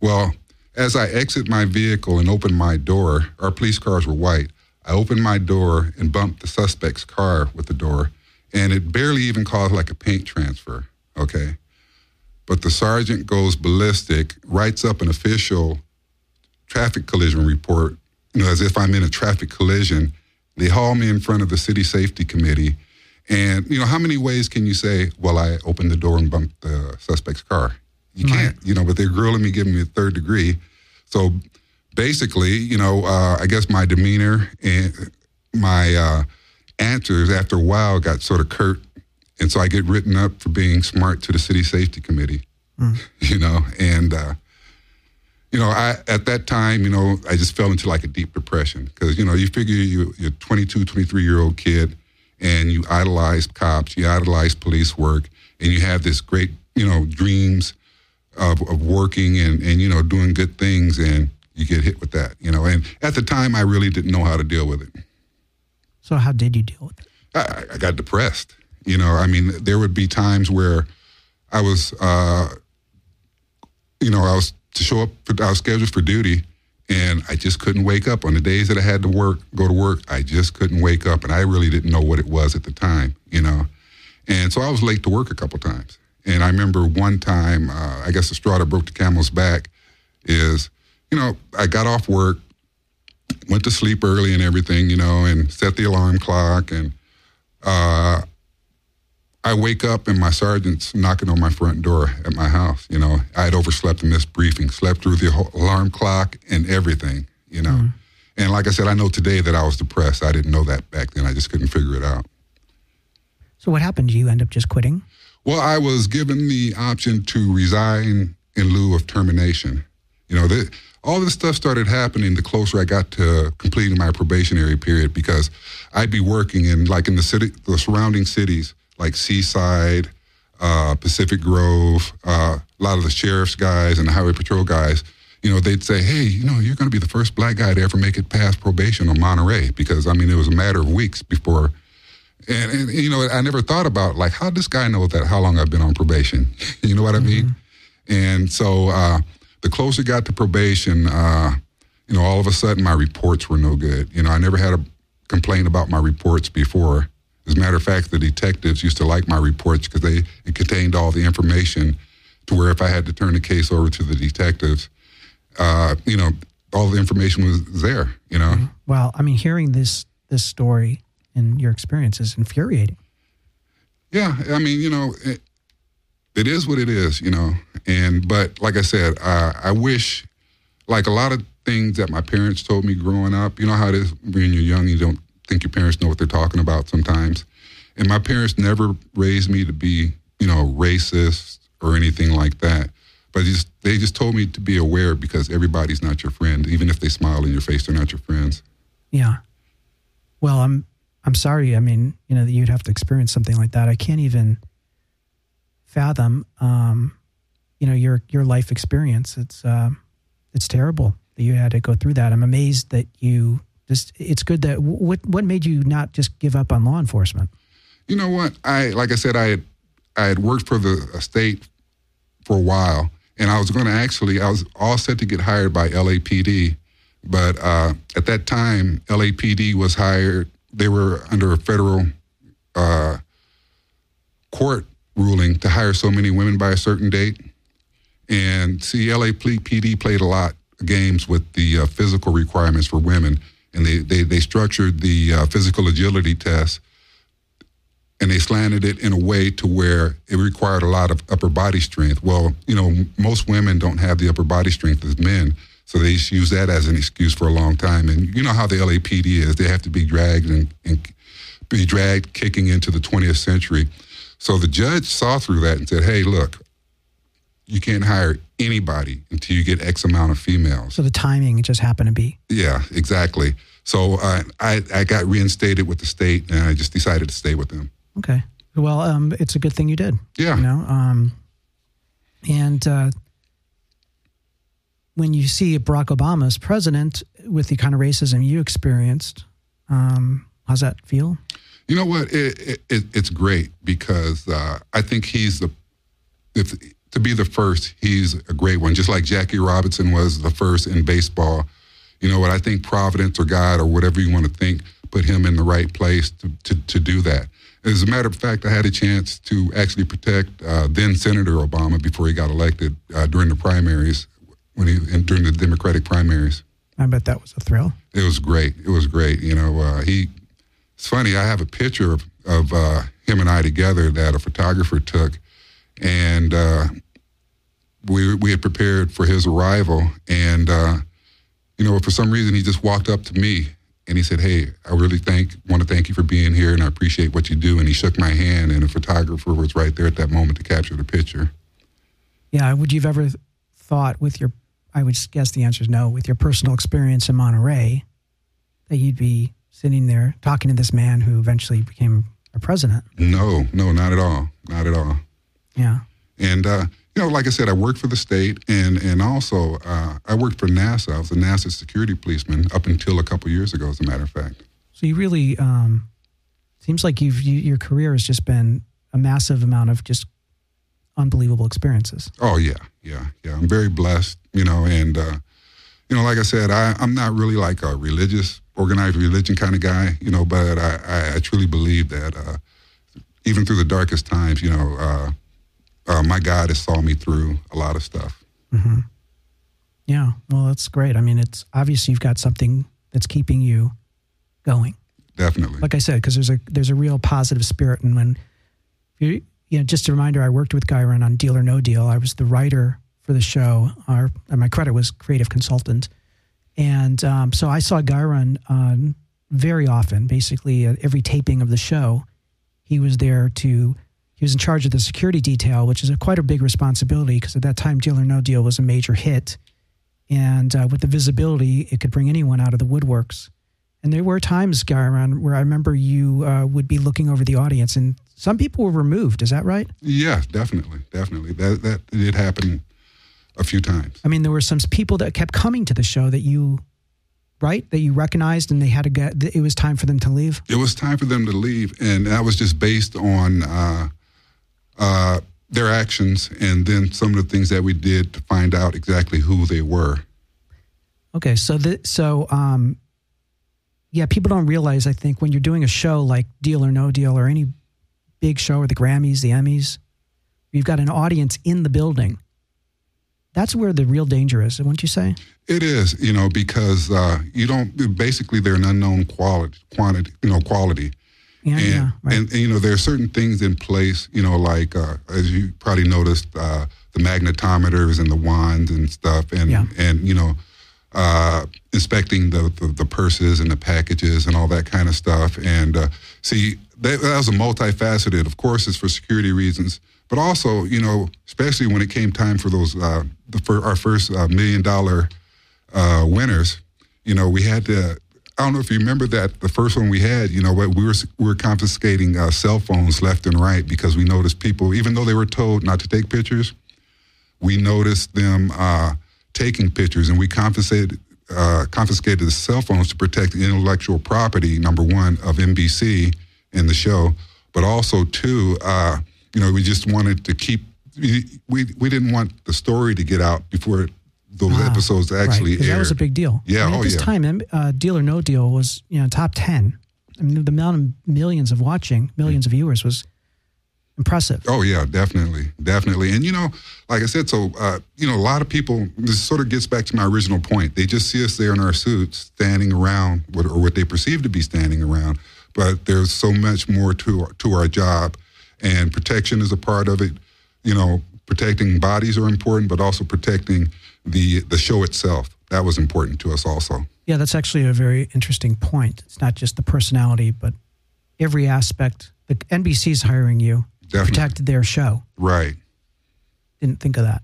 S2: Well, as I exit my vehicle and open my door, our police cars were white. I opened my door and bumped the suspect's car with the door, and it barely even caused like a paint transfer. Okay. But the sergeant goes ballistic, writes up an official traffic collision report, you know, as if I'm in a traffic collision. They haul me in front of the city safety committee. And, you know, how many ways can you say, well, I opened the door and bumped the suspect's car? You can't, you know, but they're grilling me, giving me a third degree. So basically, you know, uh, I guess my demeanor and my uh, answers after a while got sort of curt. And so I get written up for being smart to the city safety committee, you know, and, uh, you know, I, at that time, you know, I just fell into like a deep depression because, you know, you figure you, you're a 22, 23 year old kid and you idolize cops, you idolize police work, and you have this great, you know, dreams of, of working and, and, you know, doing good things. And you get hit with that, you know. And at the time, I really didn't know how to deal with it.
S1: So how did you deal with it?
S2: I, I got depressed. You know, I mean, there would be times where I was, uh, you know, I was to show up, for, I was scheduled for duty, and I just couldn't wake up. On the days that I had to work, go to work, I just couldn't wake up, and I really didn't know what it was at the time, you know. And so I was late to work a couple times. And I remember one time, uh, I guess the straw that broke the camel's back is, you know, I got off work, went to sleep early and everything, you know, and set the alarm clock. And uh, I wake up and my sergeant's knocking on my front door at my house. You know, I had overslept in this briefing, slept through the whole alarm clock and everything, you know. And like I said, I know today that I was depressed. I didn't know that back then. I just couldn't figure it out.
S1: So what happened? Do you end up just quitting?
S2: Well, I was given the option to resign in lieu of termination. You know, th all this stuff started happening the closer I got to completing my probationary period because I'd be working in like in the city, the surrounding cities like Seaside, uh, Pacific Grove, uh, a lot of the sheriff's guys and the highway patrol guys. You know, they'd say, "Hey, you know, you're going to be the first black guy to ever make it past probation on Monterey," because I mean, it was a matter of weeks before and, and you know, I never thought about like how this guy know that how long I've been on probation. you know what I mean? And so uh, the closer it got to probation, uh, you know, all of a sudden my reports were no good. You know, I never had a complaint about my reports before. As a matter of fact, the detectives used to like my reports because they it contained all the information to where if I had to turn the case over to the detectives, uh, you know, all the information was there. You know.
S1: Well, I mean, hearing this this story and your experience is infuriating.
S2: Yeah, I mean, you know, it, it is what it is, you know. And but like I said, uh, I wish, like a lot of things that my parents told me growing up. You know how it is when you're young, you don't think your parents know what they're talking about sometimes. And my parents never raised me to be, you know, racist or anything like that. But just they just told me to be aware because everybody's not your friend. Even if they smile in your face, they're not your friends.
S1: Yeah. Well, I'm I'm sorry. I mean, you know, that you'd have to experience something like that. I can't even fathom um you know, your your life experience. It's um it's terrible that you had to go through that. I'm amazed that you just it's good that what what made you not just give up on law enforcement?
S2: You know what? I like I said, I had I had worked for the state for a while, and I was going to actually I was all set to get hired by LAPD, but uh, at that time LAPD was hired. They were under a federal uh, court ruling to hire so many women by a certain date, and see LAPD played a lot of games with the uh, physical requirements for women, and they they, they structured the uh, physical agility test and they slanted it in a way to where it required a lot of upper body strength. Well, you know, m- most women don't have the upper body strength as men, so they just use that as an excuse for a long time. And you know how the LAPD is; they have to be dragged and, and be dragged kicking into the 20th century. So the judge saw through that and said, "Hey, look, you can't hire anybody until you get X amount of females."
S1: So the timing just happened to be.
S2: Yeah, exactly. So uh, I I got reinstated with the state, and I just decided to stay with them.
S1: Okay. Well, um, it's a good thing you did.
S2: Yeah.
S1: You know, um, and uh, when you see Barack Obama as president with the kind of racism you experienced, um, how's that feel?
S2: You know what? It, it, it, it's great because uh, I think he's the if to be the first. He's a great one, just like Jackie Robinson was the first in baseball. You know what? I think Providence or God or whatever you want to think put him in the right place to to, to do that. As a matter of fact, I had a chance to actually protect uh, then Senator Obama before he got elected uh, during the primaries when he and during the Democratic primaries.
S1: I bet that was a thrill.
S2: It was great. It was great. You know, uh, he. It's funny. I have a picture of, of uh, him and I together that a photographer took, and uh, we we had prepared for his arrival. And uh, you know, for some reason, he just walked up to me and he said, "Hey, I really thank want to thank you for being here, and I appreciate what you do." And he shook my hand, and the photographer was right there at that moment to capture the picture.
S1: Yeah. Would you've ever thought with your, I would guess the answer is no, with your personal experience in Monterey, that you'd be sitting there talking to this man who eventually became a president?
S2: No, no, not at all, not at all.
S1: Yeah.
S2: And uh, you know, like I said, I worked for the state, and and also uh, I worked for NASA. I was a NASA security policeman up until a couple years ago, as a matter of fact.
S1: So you really um, seems like you've you, your career has just been a massive amount of just unbelievable experiences.
S2: Oh yeah, yeah, yeah. I'm very blessed, you know, and uh, you know, like I said, I, I'm not really like a religious, organized religion kind of guy, you know, but I, I, I truly believe that uh, even through the darkest times, you know, uh, uh, my God has saw me through a lot of stuff.
S1: Yeah. Well, that's great. I mean, it's obvious you've got something that's keeping you going.
S2: Definitely.
S1: like I said, because there's a there's a real positive spirit. And when you you know, just a reminder, I worked with Gyron on Deal or No Deal. I was the writer for the show. Our and my credit was creative consultant, and um, so I saw Gyron um, very often. Basically, at every taping of the show, he was there to. He was in charge of the security detail, which is a quite a big responsibility because at that time, Deal or No Deal was a major hit, and uh, with the visibility, it could bring anyone out of the woodworks. And there were times, Gyron, where I remember you uh, would be looking over the audience, and some people were removed. Is that right?
S2: Yeah, definitely, definitely. That that did happen a few times.
S1: I mean, there were some people that kept coming to the show that you, right, that you recognized, and they had to get. that It was time for them to leave.
S2: It was time for them to leave, and that was just based on uh, uh, their actions, and then some of the things that we did to find out exactly who they were.
S1: Okay, so the so um, yeah, people don't realize. I think when you're doing a show like Deal or No Deal or any big show or the Grammys, the Emmys, you've got an audience in the building. That's where the real danger is, wouldn't you say?
S2: It is, you know, because uh, you don't. Basically, they're an unknown quality, quantity, you know, quality.
S1: Yeah,
S2: and,
S1: yeah, right.
S2: and, and, you know there are certain things in place you know like uh, as you probably noticed uh, the magnetometers and the wands and stuff and
S1: Yeah.
S2: and you know uh, inspecting the, the the purses and the packages and all that kind of stuff and uh, see that, that was a multifaceted of course it's for security reasons but also you know especially when it came time for those uh, the, for our first uh, million dollar uh, winners, you know, we had to. I don't know if you remember that the first one we had, you know, what we were we were confiscating uh, cell phones left and right because we noticed people, even though they were told not to take pictures, we noticed them uh, taking pictures, and we confiscated uh, confiscated the cell phones to protect the intellectual property number one of NBC and the show, but also two, uh, you know, we just wanted to keep we we, we didn't want the story to get out before those episodes
S1: Ah,
S2: actually
S1: right, 'cause
S2: aired.
S1: that was a big deal.
S2: Yeah,
S1: I mean, at
S2: oh,
S1: this
S2: yeah.
S1: time, M- uh, Deal or No Deal was you know top ten. I mean, the amount of millions of watching, millions of viewers was impressive.
S2: Mm. Oh yeah, definitely, definitely. And you know, like I said, so uh, you know, a lot of people. This sort of gets back to my original point. They just see us there in our suits, standing around, what, or what they perceive to be standing around. but there's so much more to to our job, and protection is a part of it. You know, protecting bodies are important, but also protecting the the show itself. That was important to us also.
S1: Yeah, that's actually a very interesting point. It's not just the personality, but every aspect. The NBC's hiring you.
S2: Definitely.
S1: Protected their show.
S2: Right.
S1: Didn't think of that.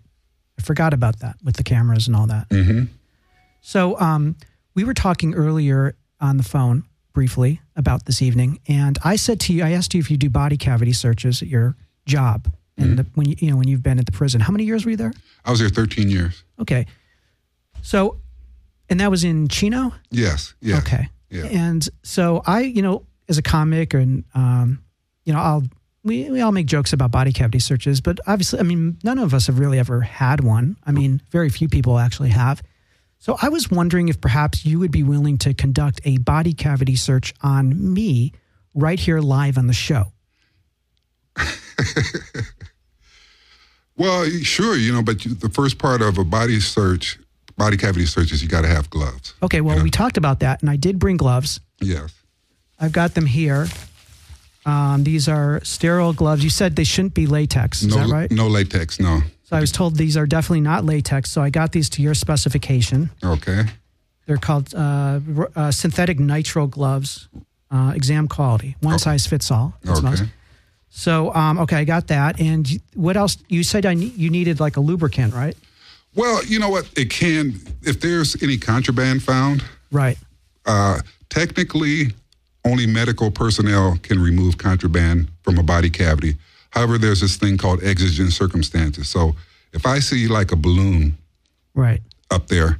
S1: I forgot about that with the cameras and all that.
S2: hmm
S1: So um, we were talking earlier on the phone briefly about this evening, and I said to you, I asked you if you do body cavity searches at your job, and the, when you, you know when you've been at the prison, how many years were you there?
S2: I was there 13 years.
S1: Okay, so, and that was in Chino.
S2: Yes. Yeah.
S1: Okay.
S2: Yeah.
S1: And so I, you know, as a comic and um, you know, I'll we, we all make jokes about body cavity searches, but obviously, I mean, none of us have really ever had one. I mean, very few people actually have. So I was wondering if perhaps you would be willing to conduct a body cavity search on me right here live on the show.
S2: Well, sure, you know, but you, the first part of a body search, body cavity search, is you got to have gloves.
S1: Okay, well, we talked about that, and I did bring gloves.
S2: Yes.
S1: I've got them here. Um, these are sterile gloves. You said they shouldn't be latex. Is
S2: no,
S1: that right?
S2: No latex. No.
S1: So I was told these are definitely not latex. So I got these to your specification.
S2: Okay.
S1: They're called uh, r- uh, synthetic nitrile gloves, uh, exam quality, one size fits all. That's
S2: Okay.
S1: most. So um, okay, I got that. And y- what else? You said I ne- you needed like a lubricant, right?
S2: Well, you know what? It can, if there's any contraband found,
S1: Right.
S2: uh, technically only medical personnel can remove contraband from a body cavity. However, there's this thing called exigent circumstances. So if I see like a balloon
S1: Right.
S2: up there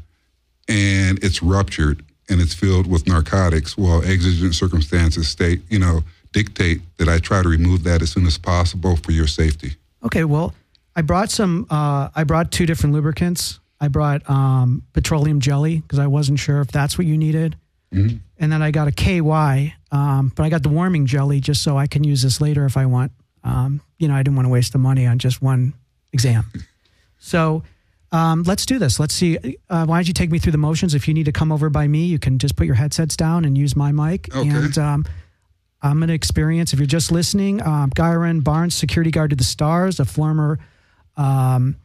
S2: and it's ruptured and it's filled with narcotics, well, exigent circumstances state, you know, dictate that I try to remove that as soon as possible for your safety.
S1: Okay. Well, I brought some. Uh, I brought two different lubricants. I brought um, petroleum jelly because I wasn't sure if that's what you needed. And then I got a KY, um, but I got the warming jelly just so I can use this later if I want. Um, you know, I didn't want to waste the money on just one exam. so um, let's do this. Let's see. Uh, why don't you take me through the motions? If you need to come over by me, you can just put your headsets down and use my mic.
S2: Okay.
S1: And um, I'm going to experience, if you're just listening, um, Gyron Barnes, security guard to the stars, a former um,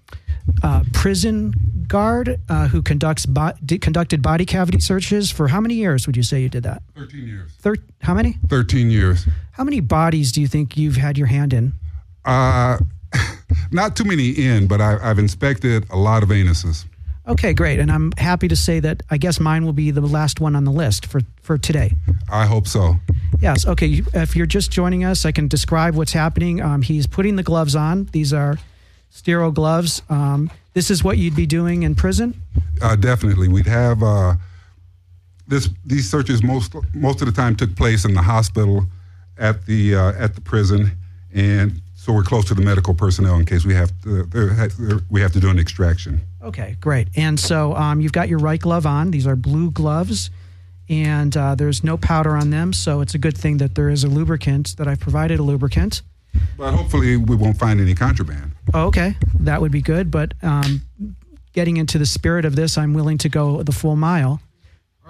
S1: uh, prison guard uh, who conducts bo- did, conducted body cavity searches for how many years would you say you did that?
S2: 13 years.
S1: Thir- how many?
S2: 13 years.
S1: How many bodies do you think you've had your hand in?
S2: Uh, not too many in, but I, I've inspected a lot of anuses.
S1: Okay, great. And I'm happy to say that I guess mine will be the last one on the list for, for today.
S2: I hope so.
S1: Yes. Okay. you- If you're just joining us, I can describe what's happening. Um, he's putting the gloves on. These are sterile gloves. Um, this is what you'd be doing in prison.
S2: Uh, definitely, we'd have uh, this. These searches most most of the time took place in the hospital, at the uh, at the prison, and so we're close to the medical personnel in case we have to, there ha- there- we have to do an extraction.
S1: Okay, great. And so um, you've got your right glove on. These are blue gloves, and uh, there's no powder on them. So it's a good thing that there is a lubricant, that I've provided a lubricant.
S2: But hopefully, we won't find any contraband.
S1: Oh, okay, that would be good. But um, getting into the spirit of this, I'm willing to go the full mile.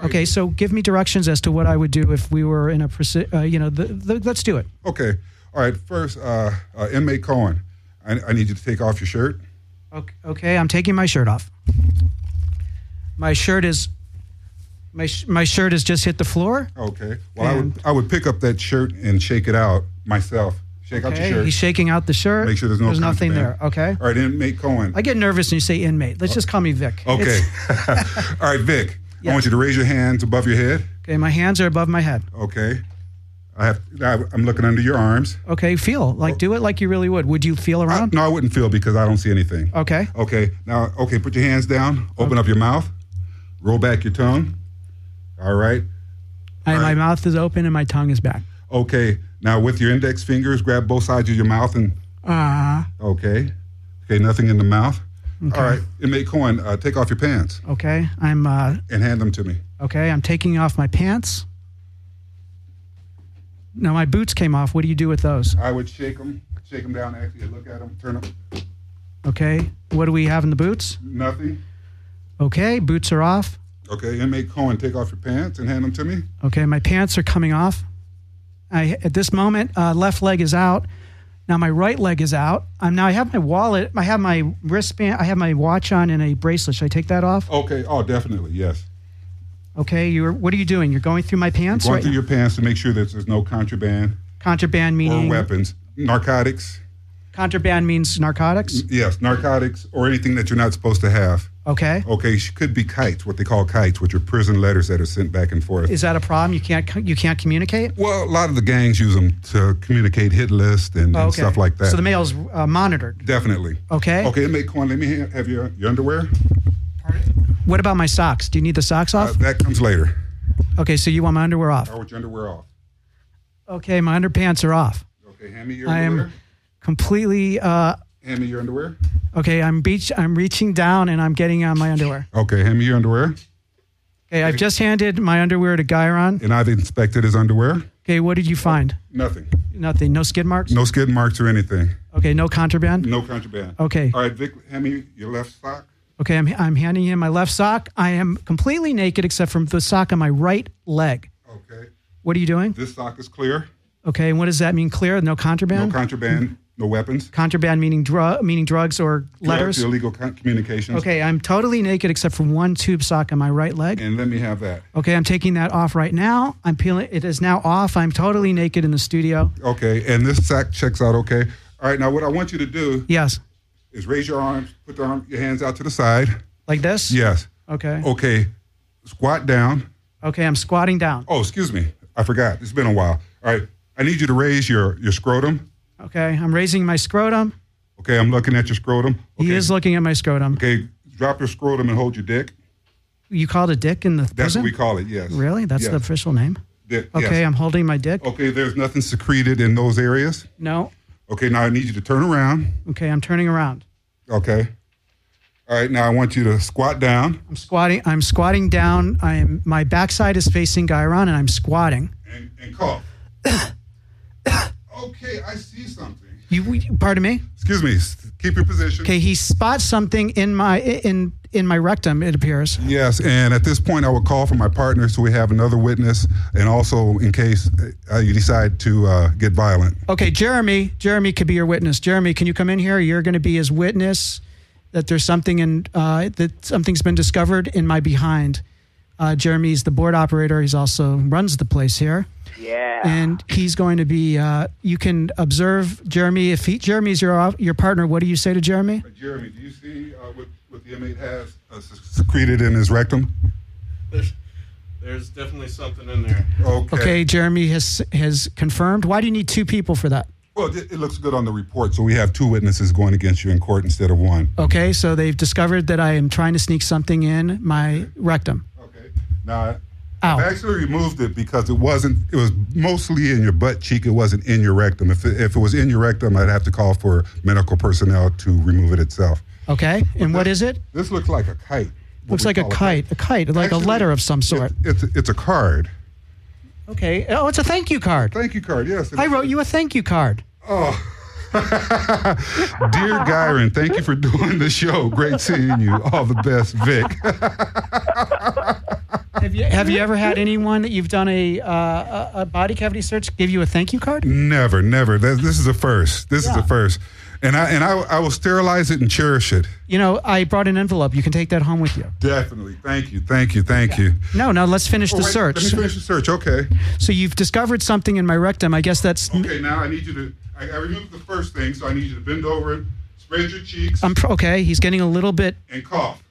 S1: Okay, so give me directions as to what I would do if we were in a, preci- uh, you know, the, the, let's do it.
S2: Okay. All right. First, uh, uh, inmate Cohen, I, I need you to take off your shirt.
S1: Okay, okay, I'm taking my shirt off. My shirt is, my, sh- my shirt has just hit the floor.
S2: Okay. Well, I would I would pick up that shirt and shake it out myself. Shake out
S1: Okay,
S2: your
S1: he's
S2: shirt.
S1: shaking out the shirt.
S2: Make sure there's no
S1: nothing there. Okay.
S2: contraband. All right, inmate Cohen.
S1: I get nervous when you say inmate. Let's just call me Vic.
S2: Okay.
S1: It's-
S2: All right, Vic.
S1: Yeah.
S2: I want you to raise your hands above your head.
S1: okay. My hands are above my head.
S2: Okay. I have. I, I'm looking under your arms.
S1: Okay. Feel
S2: Oh.
S1: like do it like you really would. Would you feel
S2: I-
S1: around?
S2: no, I wouldn't feel because I don't see anything.
S1: Okay.
S2: Okay. Now, okay. Put your hands down.
S1: uh,
S2: Open up your mouth. Roll back your tongue. All right.
S1: And my
S2: right.
S1: mouth is open and my tongue is back.
S2: Okay. Now, with your index fingers, grab both sides of your mouth and.
S1: Ah.
S2: Okay. Okay. Nothing in the mouth. All right. Inmate Cohen, uh, take off your pants
S1: okay. I'm uh,
S2: and hand them to me.
S1: okay. I'm taking off my pants. Now my boots came off. What do you do with those?
S2: I would shake them, shake them down. Actually, look at them, turn them.
S1: Okay. What do we have in the boots?
S2: Nothing.
S1: Okay. Boots are off.
S2: Okay, inmate Cohen, take off your pants and hand them to me.
S1: Okay. My pants are coming off. I at this moment uh, left leg is out. Now my right leg is out. I'm now I have my wallet. I have my wristband. I have my watch on and a bracelet. Should I take that off?
S2: Okay. Oh, definitely. Yes.
S1: Okay. You're. What are you doing? You're going through my pants
S2: Going
S1: right
S2: through
S1: now.
S2: your pants to make sure that there's no contraband
S1: contraband
S2: or
S1: meaning
S2: weapons, narcotics.
S1: contraband means narcotics.
S2: Yes, narcotics or anything that you're not supposed to have.
S1: Okay.
S2: Okay, she could be kites, what they call kites, which are prison letters that are sent back and forth.
S1: Is that a problem? You can't. co- You can't communicate.
S2: well, a lot of the gangs use them to communicate hit lists and, and
S1: okay.
S2: stuff like that.
S1: So the mail's uh, monitored.
S2: definitely.
S1: Okay.
S2: Okay, make Quan, let me ha- have your, your underwear.
S1: What about my socks? Do you need the socks
S2: Uh,
S1: off?
S2: that comes later.
S1: Okay. So you want my underwear off?
S2: I want your underwear off.
S1: Okay. My underpants are off.
S2: Okay, hand me your
S1: I am
S2: underwear.
S1: completely. Uh,
S2: Hand me your underwear.
S1: okay. I'm beach. I'm reaching down and I'm getting on my underwear.
S2: Okay, hand me your underwear.
S1: Okay. I've just handed my underwear to Guyron.
S2: And I've inspected his underwear.
S1: Okay. What did you find?
S2: Nothing.
S1: Nothing. No skid marks.
S2: No skid marks or anything.
S1: Okay. No contraband.
S2: No contraband.
S1: Okay.
S2: All right, Vic, hand me your left sock.
S1: Okay. I'm I'm handing him my left sock. I am completely naked except from the sock on my right leg.
S2: Okay.
S1: What are you doing?
S2: This sock is clear.
S1: Okay, and what does that mean? Clear, no
S2: No
S1: contraband.
S2: contraband, no weapons.
S1: contraband meaning drug, meaning drugs or letters.
S2: Drugs, illegal con- communications.
S1: Okay, I'm totally naked except for one tube sock on my right leg.
S2: And let me have that.
S1: Okay, I'm taking that off right now. I'm peeling. It is now off. I'm totally naked in the studio.
S2: Okay. And this sack checks out okay. All right. Now, what I want you to do
S1: Yes,
S2: is raise your arms, put the arm, your hands out to the side.
S1: like this.
S2: Yes.
S1: Okay.
S2: Okay. Squat down.
S1: Okay, I'm squatting down.
S2: Oh, excuse me. I forgot. It's been a while. All right. I need you to raise your, your scrotum.
S1: Okay, I'm raising my scrotum.
S2: Okay. I'm looking at your scrotum. Okay.
S1: He is looking at my scrotum.
S2: okay. Drop your scrotum and hold your dick.
S1: You called a dick in the
S2: That's
S1: prison?
S2: what we call it. Yes.
S1: Really? That's the
S2: Yes.
S1: official name.
S2: Dick, yes. Oh.
S1: Okay, I'm holding my dick.
S2: Okay. There's nothing secreted in those areas.
S1: No.
S2: Okay. Now I need you to turn around.
S1: Okay, I'm turning around.
S2: Okay. All right, now I want you to squat down
S1: I'm squatting. I'm squatting down. I'm my backside is facing Guyron, and I'm squatting.
S2: and, and cough. okay, I see something.
S1: You, we- pardon me.
S2: Excuse me. s- Keep your position.
S1: Okay, he spots something in my in in my rectum. It appears.
S2: Yes, and at this point, I would call for my partner so we have another witness, and also in case uh, you decide to uh, get violent.
S1: Okay, Jeremy. Jeremy could be your witness. Jeremy, can you come in here? You're going to be his witness that there's something in uh, that something's been discovered in my behind. Uh, Jeremy's the board operator. He's also runs the place here.
S4: Yeah.
S1: And he's going to be. Uh, you can observe Jeremy. If he, Jeremy's your your partner, what do you say to Jeremy?
S2: Jeremy, do you see uh, what, what the inmate has uh, s- secreted in his rectum?
S3: There's, there's definitely something in there.
S2: Okay.
S1: Okay, Jeremy has has confirmed. Why do you need two people for that?
S2: Well, it, it looks good on the report, so we have two witnesses going against you in court instead of one.
S1: Okay, so they've discovered that I am trying to sneak something in my rectum.
S2: Okay. Now,
S1: Ow.
S2: I actually removed it because it wasn't. It was mostly in your butt cheek. It wasn't in your rectum. If it, if it was in your rectum, I'd have to call for medical personnel to remove it itself.
S1: Okay, and what is it?
S2: This looks like a kite. what
S1: Looks
S2: we
S1: like a
S2: call
S1: kite, a kite, like a
S2: Actually,
S1: letter of some sort.
S2: It's, it's it's a card.
S1: Okay, oh, it's a thank you card.
S2: Thank you card. Yes.
S1: I wrote you a thank you card.
S2: Dear Gyron, thank you for doing the show. Great seeing you. All the best, Vic.
S1: Have you have you ever had anyone that you've done a uh, a, a body cavity search give you a thank you card?
S2: never, never. This, this is a first. This is a first. And I and I, I will sterilize it and cherish it.
S1: You know, I brought an envelope. You can take that home with you.
S2: Definitely. Thank you. Thank you. Thank you.
S1: No, no, let's finish
S2: Oh,
S1: the
S2: wait,
S1: search.
S2: Let me finish the search. Okay.
S1: So you've discovered something in my rectum. I guess that's
S2: Okay. Now I need you to. I, I removed the first thing, so I need you to bend over, spread your cheeks,
S1: I'm okay. He's getting a little bit
S2: and cough.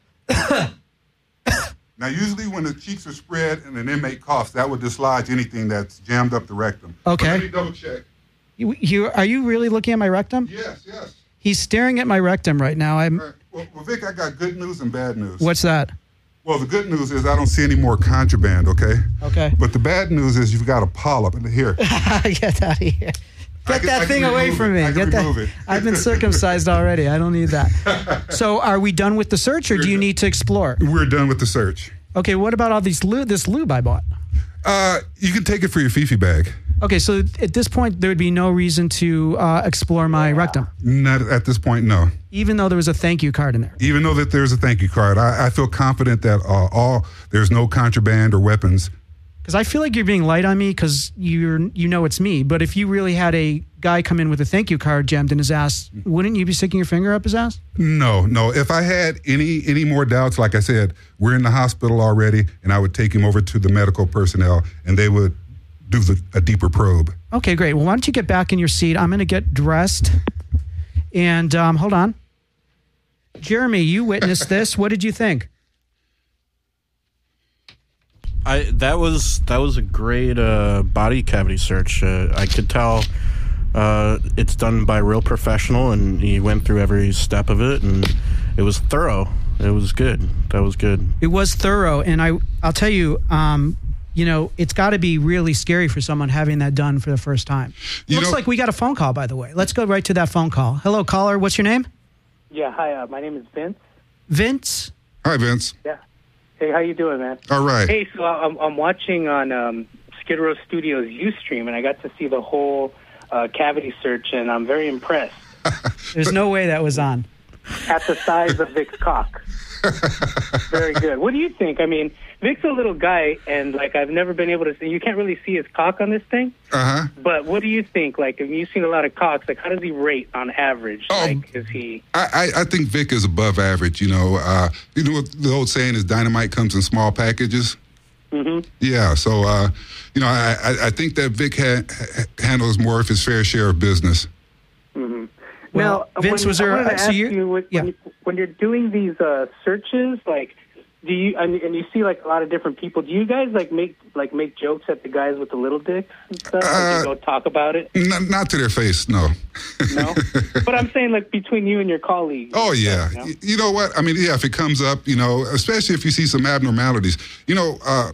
S2: now, usually when the cheeks are spread and an inmate coughs, that would dislodge anything that's jammed up the rectum. But
S1: Okay.
S2: let me double check.
S1: You, you are you really looking at my rectum?
S2: Yes. Yes.
S1: He's staring at my rectum right now. I'm.
S2: All right. Well, well, Vic, I got good news and bad news.
S1: What's that?
S2: Well, the good news is I don't see any more contraband. Okay.
S1: Okay.
S2: But the bad news is you've got a polyp in here.
S1: Get out of here. Get
S2: can- I
S1: that
S2: can
S1: thing away
S2: remove
S1: from
S2: it.
S1: me.
S2: I can
S1: Get that.
S2: remove it.
S1: I've been circumcised already. I don't need that. So, are we done with the search, or do you need to explore?
S2: We're done with the search.
S1: Okay. What about all these lube? This lube I bought.
S2: Uh, you can take it for your Fifi bag.
S1: Okay. So at this point, there would be no reason to uh, explore my rectum,
S2: Not at this point, no.
S1: even though there was a thank you card in there.
S2: Even though that there's a thank you card, I, I feel confident that uh, all there's no contraband or weapons
S1: Because I feel like you're being light on me because you're you know it's me. But if you really had a guy come in with a thank you card jammed in his ass, wouldn't you be sticking your finger up his ass?
S2: No, no. If I had any any more doubts, like I said, we're in the hospital already, and I would take him over to the medical personnel, and they would do the, a deeper probe.
S1: Okay, great. Well, why don't you get back in your seat? I'm going to get dressed. And um, hold on. Jeremy, you witnessed this. What did you think?
S3: I that was that was a great uh, body cavity search. Uh, I could tell uh, it's done by a real professional, and he went through every step of it, and it was thorough. It was good. That was good.
S1: It was thorough, and I I'll tell you, um, you know, it's got to be really scary for someone having that done for the first time.
S2: You
S1: Looks
S2: know-
S1: like we got a phone call, by the way. Let's go right to that phone call. Hello, caller. What's your name?
S5: Yeah, hi. Uh, my name is Vince.
S1: Vince.
S2: Hi, Vince.
S5: Yeah. Hey, how you doing, man?
S2: All right.
S5: Hey, so I- I'm I'm watching on um, Skid Row Studios UStream, and I got to see the whole uh, cavity search, and I'm very impressed
S1: There's no way that was on.
S5: at the size of Vic's cock. Very good. What do you think? I mean, Vic's a little guy, and like I've never been able to see. You can't really see his cock on this thing.
S2: Uh huh.
S5: But what do you think? Like, have you seen a lot of cocks? Like, how does he rate on average?
S2: Oh.
S5: Like, is he?
S2: I, I, I think Vic is above average. You know, uh, you know what the old saying is dynamite comes in small packages.
S5: Mm-hmm.
S2: Yeah, so uh, you know, I, I, I think that Vic ha- ha- handles more of his fair share of business.
S1: Well,
S5: now,
S1: Vince,
S5: when,
S1: was there-
S5: I wanted to
S1: so
S5: ask
S1: you-
S5: you, when,
S1: yeah.
S5: when, you- when you're doing these uh, searches, like, do you and, and you see like a lot of different people? Do you guys like make like make jokes at the guys with the little dicks and stuff? like,
S2: Uh,
S5: you don't talk about it,
S2: N- not to their face, no.
S5: no. but I'm saying like between you and your colleagues.
S2: Oh yeah,
S5: You know?
S2: Y- you know what? I mean, yeah, if it comes up, you know, especially if you see some abnormalities, you know, uh,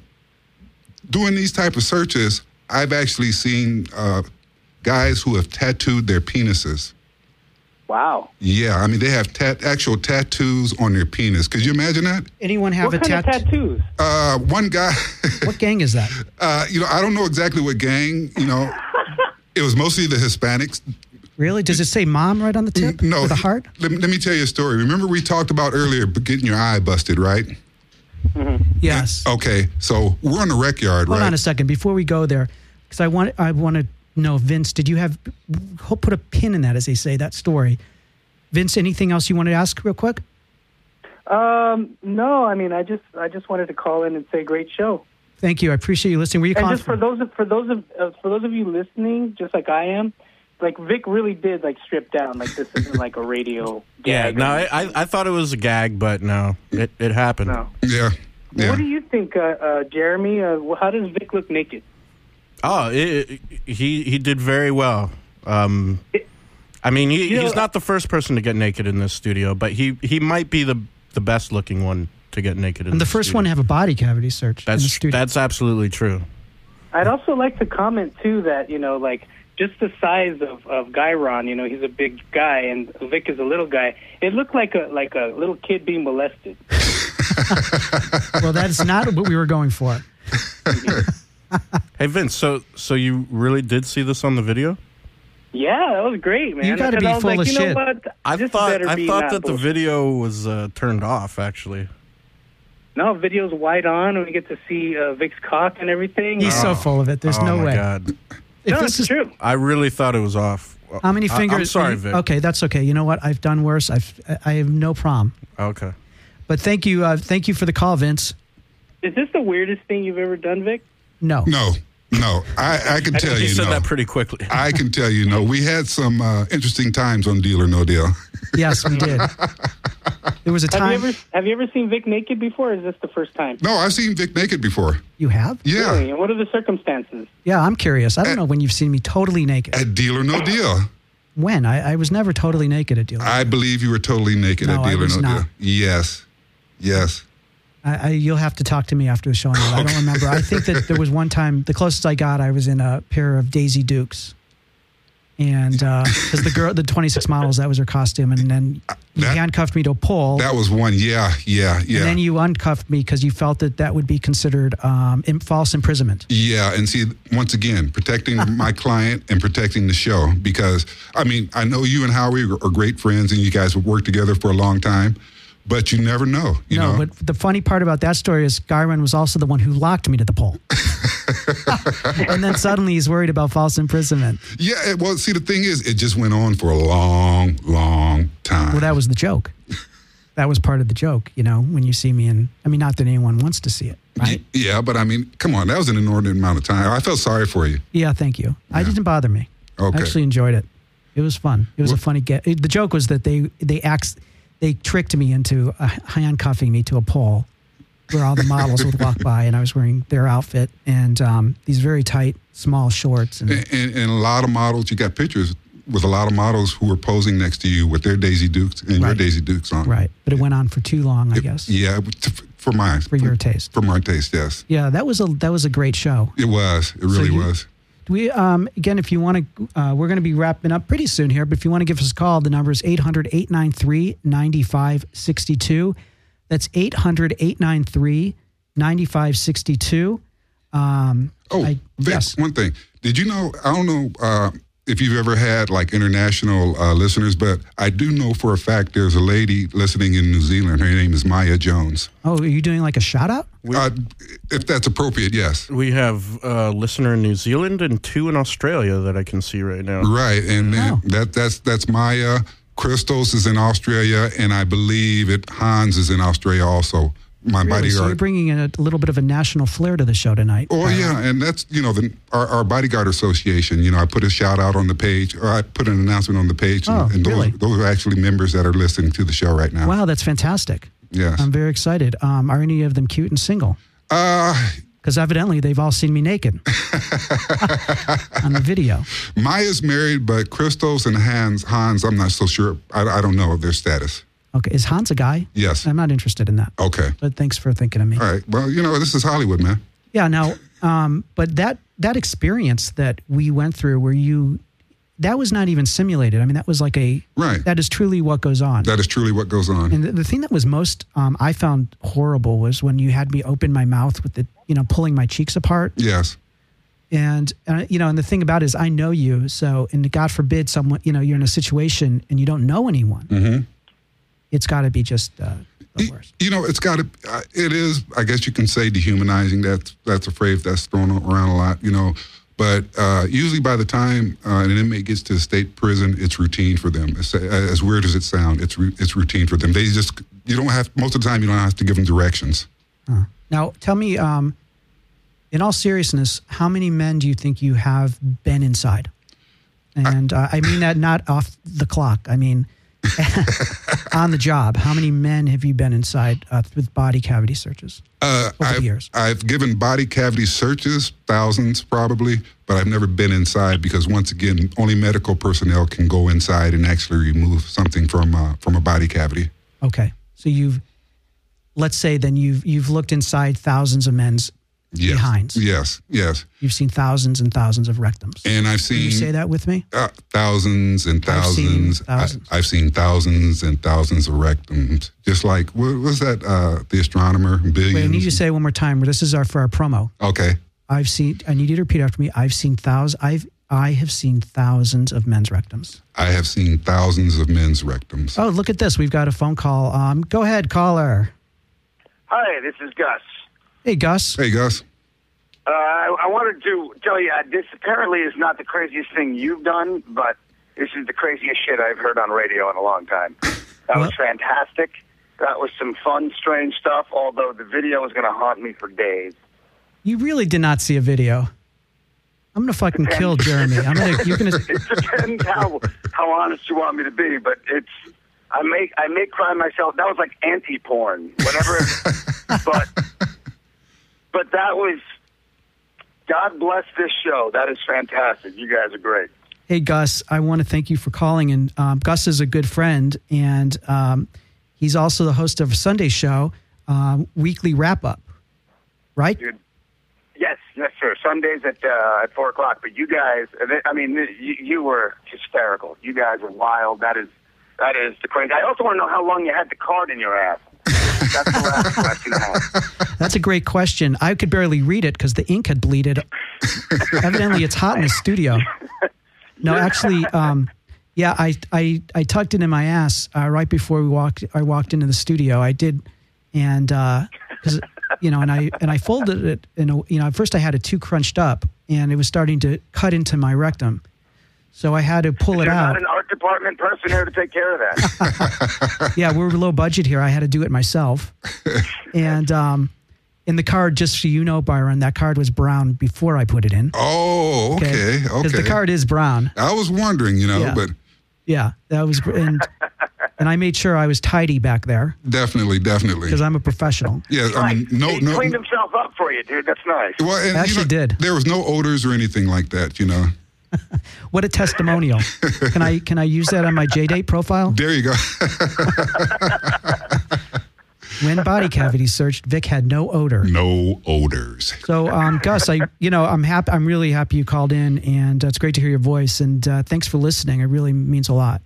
S2: doing these type of searches, I've actually seen uh, guys who have tattooed their penises.
S5: Wow.
S2: Yeah, I mean, they have tat- actual tattoos on their penis. Could you imagine that?
S1: Anyone have
S5: what
S1: a
S5: kind
S1: tattoo?
S5: of tattoos?
S2: Uh, one guy,
S1: What gang is that?
S2: uh, you know, I don't know exactly what gang, you know. It was mostly the Hispanics.
S1: Really? Does it say mom right on the tip?
S2: No,
S1: With a heart?
S2: Let, me- let me tell you a story. Remember we talked about earlier b- getting your eye busted, right?
S1: Yes.
S2: Okay, so we're in the rec yard,
S1: Hold
S2: right?
S1: on a second before we go there, because I want I want to know, Vince, did you have? I'll put a pin in that, as they say, that story. Vince, anything else you want to ask, real quick?
S5: Um, no, I mean, I just I just wanted to call in and say great show.
S1: Thank you. I appreciate you listening. Were you
S5: And
S1: calling?
S5: just for
S1: from?
S5: those of, for those of uh, for those of you listening, just like I am, like Vic really did like strip down. Like this isn't like a radio.
S3: Yeah.
S5: gag
S3: No,
S5: or
S3: I, I I thought it was a gag, but no, it it happened.
S5: No.
S2: Yeah. Yeah.
S5: What do you think, uh, uh, Jeremy? Uh, wh- how does Vic look naked?
S3: Oh, it, it- he he did very well. Um, I mean, he,
S5: You
S3: he's
S5: know-
S3: not the first person to get naked in this studio, but he he might be the the best looking one to get naked. in
S1: I'm the
S3: this
S1: first
S3: studio.
S1: one to have a body cavity search in the
S3: That's
S1: studio.
S3: that's absolutely true.
S5: I'd also like to comment too that you know, like just the size of of Guy Ron, you know, he's a big guy, and Vic is a little guy. It looked like a like a little kid being molested.
S1: well, that's not what we were going for.
S3: Hey Vince, so so you really did see this on the video?
S5: Yeah, that was great, man.
S1: You gotta
S5: And
S1: be
S5: I was
S1: full
S5: like,
S1: of
S5: you know
S1: shit.
S5: What?
S3: I
S5: This
S3: thought
S5: better
S3: I
S5: be
S3: thought
S5: not
S3: that the
S5: bullshit.
S3: video was uh, turned off. Actually,
S5: No, video's wide on, and we get to see uh, Vic's cock and everything. Uh,
S1: He's so full of it. There's
S3: oh
S1: no
S3: my
S1: way.
S3: God.
S1: If
S5: no,
S1: this
S5: it's
S1: is-
S5: true.
S3: I really thought it was off.
S1: How many
S3: I-
S1: fingers?
S3: I'm sorry, Vic.
S1: Okay, that's okay. You know what? I've done worse. I've I- I have no problem.
S3: Okay.
S1: But thank you, uh, thank you for the call, Vince.
S5: Is this the weirdest thing you've ever done, Vic?
S1: No,
S2: No, no. I, I can tell
S3: he
S2: you
S3: said
S2: no.
S3: that pretty quickly.
S2: I can tell you no. We had some uh, interesting times on Deal or No Deal.
S1: yes, we did. There was a
S5: Have
S1: time
S5: you ever have you ever seen Vic naked before? Or is this the first time?
S2: No, I've seen Vic naked before.
S1: you have.
S2: Yeah,
S5: Really? And what are the circumstances?
S1: Yeah, I'm curious. I don't
S2: Uh,
S1: know when you've seen me totally naked.
S2: at Deal or No Deal.
S1: When I, I was never totally naked at Dealer. I,
S2: I believe you were totally naked
S1: No,
S2: at
S1: I
S2: Deal or
S1: was
S2: No
S1: not.
S2: Deal. Yes, yes.
S1: I, you'll have to talk to me after the show. Neil. I don't remember. I think that there was one time the closest I got, I was in a pair of Daisy Dukes, and because the girl, the 26 models, that was her costume, and then you
S2: Uh, That-
S1: handcuffed me to a pole.
S2: That was one. Yeah, yeah, yeah.
S1: And then you uncuffed me because you felt that that would be considered um, im- false imprisonment.
S2: Yeah, and see, once again, protecting my client and protecting the show because I mean, I know you and Howie are are great friends and you guys have worked together for a long time, But you never know. You
S1: no,
S2: know,
S1: but the funny part about that story is Gyron was also the one who locked me to the pole. and then suddenly he's worried about false imprisonment.
S2: yeah. It, well, see, the thing is, it just went on for a long, long time.
S1: Well, that was the joke. That was part of the joke, you know, when you see me in, I mean, not that anyone wants to see it, right?
S2: yeah, but I mean, come on, that was an inordinate amount of time. I felt sorry for you.
S1: Yeah, thank you. I didn't bother me.
S2: Okay.
S1: I actually enjoyed it. It was fun. It was a funny get. it- the joke was that they, they ax, they tricked me into uh, handcuffing me to a pole where all the models would walk by and I was wearing their outfit and um, these very tight, small shorts. And
S2: And, and, and a lot of models, you got pictures with a lot of models who were posing next to you with their Daisy Dukes and your
S1: Right.
S2: Daisy Dukes on.
S1: Right. But it went on for too long, I guess,
S2: Yeah, t- for my
S1: for your taste.
S2: for my taste, yes,
S1: Yeah, that was a that was a great show.
S2: it was. It really
S1: you-
S2: was.
S1: Do We um again if you want to uh, we're going to be wrapping up pretty soon here, but if you want to give us a call, the number is 800-893-9562. That's 800-893-9562. Um
S2: Oh,
S1: I-
S2: Vic,
S1: yes.
S2: one thing. Did you know? I don't know uh, if you've ever had like international uh, listeners, but I do know for a fact there's a lady listening in New Zealand. Her name is Maya Jones.
S1: Oh, are you doing like a shout out?
S2: Uh, if that's appropriate, yes.
S3: We have a listener in New Zealand and two in Australia that I can see right now.
S2: Right, and then
S1: Wow.
S2: that that's that's Maya. Christos is in Australia, and I believe it. Hans is in Australia also. My
S1: Really?
S2: body
S1: So you're
S2: bodyguard.
S1: bringing in a little bit of a national flair to the show tonight.
S2: Oh yeah, and that's you know the our, our bodyguard association. You know, I put a shout out on the page, or I put an announcement on the page, and,
S1: Oh,
S2: and those
S1: really?
S2: those are actually members that are listening to the show right now.
S1: Wow, that's fantastic.
S2: Yes.
S1: I'm very excited. Um, are any of them cute and single?
S2: uh,
S1: Because evidently they've all seen me naked on the video.
S2: Maya's married, but Christos and Hans, Hans, I'm not so sure. I, I don't know their status.
S1: Okay, is Hans a guy?
S2: Yes.
S1: I'm not interested in that.
S2: Okay.
S1: But thanks for thinking of me.
S2: All right. Well, you know, this is Hollywood, man.
S1: Yeah. Now, um, but that that experience that we went through, where you, that was not even simulated. I mean, that was like a
S2: Right.
S1: That is truly what goes on.
S2: That is truly what goes on.
S1: and the, the thing that was most um, I found horrible was when you had me open my mouth with the you know pulling my cheeks apart.
S2: yes.
S1: and uh, you know and the thing about it is i know you so and god forbid someone you know you're in a situation and you don't know anyone
S2: Mm-hmm.
S1: it's got to be just uh, the
S2: Y-
S1: worst
S2: You know, it's got to. uh, It is, I guess you can say, dehumanizing. That's that's a phrase that's thrown around a lot. You know, but uh, usually by the time uh, an inmate gets to state prison, it's routine for them. It's, uh, as weird as it sounds, it's ru- it's routine for them. They just you don't have most of the time you don't have to give them directions.
S1: now tell me um, in all seriousness how many men do you think you have been inside and uh, i mean that not off the clock i mean on the job how many men have you been inside uh, with body cavity searches
S2: Uh,
S1: Over the
S2: I've,
S1: years.
S2: I've given body cavity searches, thousands probably, but I've never been inside because once again, only medical personnel can go inside and actually remove something from uh, from a body cavity.
S1: okay so you've let's say then you've you've looked inside thousands of men's
S2: Yes.
S1: behinds
S2: Yes. Yes.
S1: You've seen thousands and thousands of rectums.
S2: And I've
S1: Can you
S2: seen
S1: say that with me?
S2: Uh, thousands and
S1: I've seen
S2: thousands.
S1: thousands.
S2: I, have seen thousands and thousands of rectums. Just like what was that? Uh, the astronomer billions.
S1: Wait, I need you to say it one more time. This is our for our promo.
S2: okay.
S1: I've seen. I need you to repeat after me. I've seen thousands. I've I have seen thousands of men's rectums.
S2: I have seen thousands of men's rectums.
S1: Oh, look at this. We've got a phone call. Um, go ahead, caller.
S6: Hi, this is Gus.
S1: Hey, Gus.
S2: Hey Gus.
S6: Uh, I, I wanted to tell you uh, this apparently is not the craziest thing you've done, but this is the craziest shit I've heard on radio in a long time. That was
S1: What?
S6: fantastic. That was some fun, strange stuff, although the video is going to haunt me for days.
S1: You really did not see a video. I'm gonna fucking kill Jeremy. I'm gonna. You're gonna.
S6: It depends how, how honest you want me to be, but it's. I make I make cry myself. That was like anti porn, whatever. it- but but that was. God bless this show. That is fantastic. You guys are great.
S1: Hey, Gus, I want to thank you for calling. And um, Gus is a good friend, and um, he's also the host of a Sunday show, um, Weekly Wrap Up, right?
S6: Yes, yes, sir. Sundays at uh, at four o'clock. But you guys, I mean, you, you were hysterical. You guys were wild. That is that is the crazy. I also want to know how long you had the card in your ass. That's the last question I have.
S1: That's a great question. I could barely read it because the ink had bleeded. Evidently, it's hot in the studio. No, actually, um, Yeah, I, I, I tucked it in my ass uh, right before we walked. I walked into the studio. I did, and uh 'cause you know, and I and I folded it. And you know, at first I had it too crunched up, and it was starting to cut into my rectum. So I had to pull it
S2: uh,
S6: There's
S1: out.
S6: not an art department person here to take care of that.
S1: yeah, we were low budget here. I had to do it myself. and um, in the card, just so you know, Byron, that card was brown before I put it in.
S2: Oh, okay, okay.
S1: Because the card is brown.
S2: I was wondering, you know,
S1: Yeah.
S2: but
S1: Yeah, that was and and I made sure I was tidy back there
S2: definitely, definitely.
S1: because I'm a professional.
S2: Yeah, I mean, no,
S6: he
S2: no.
S6: cleaned himself up for you, dude. That's nice.
S2: well, and,
S1: I actually
S2: you know,
S1: did.
S2: There was no odors or anything like that, you know.
S1: What a testimonial! Can I can I use that on my J date profile?
S2: There you go.
S1: When body cavity searched, Vic had no odor.
S2: no odors.
S1: So, um, Gus, I you know I'm happy. I'm really happy you called in, and uh, it's great to hear your voice. And uh, thanks for listening. It really means a lot.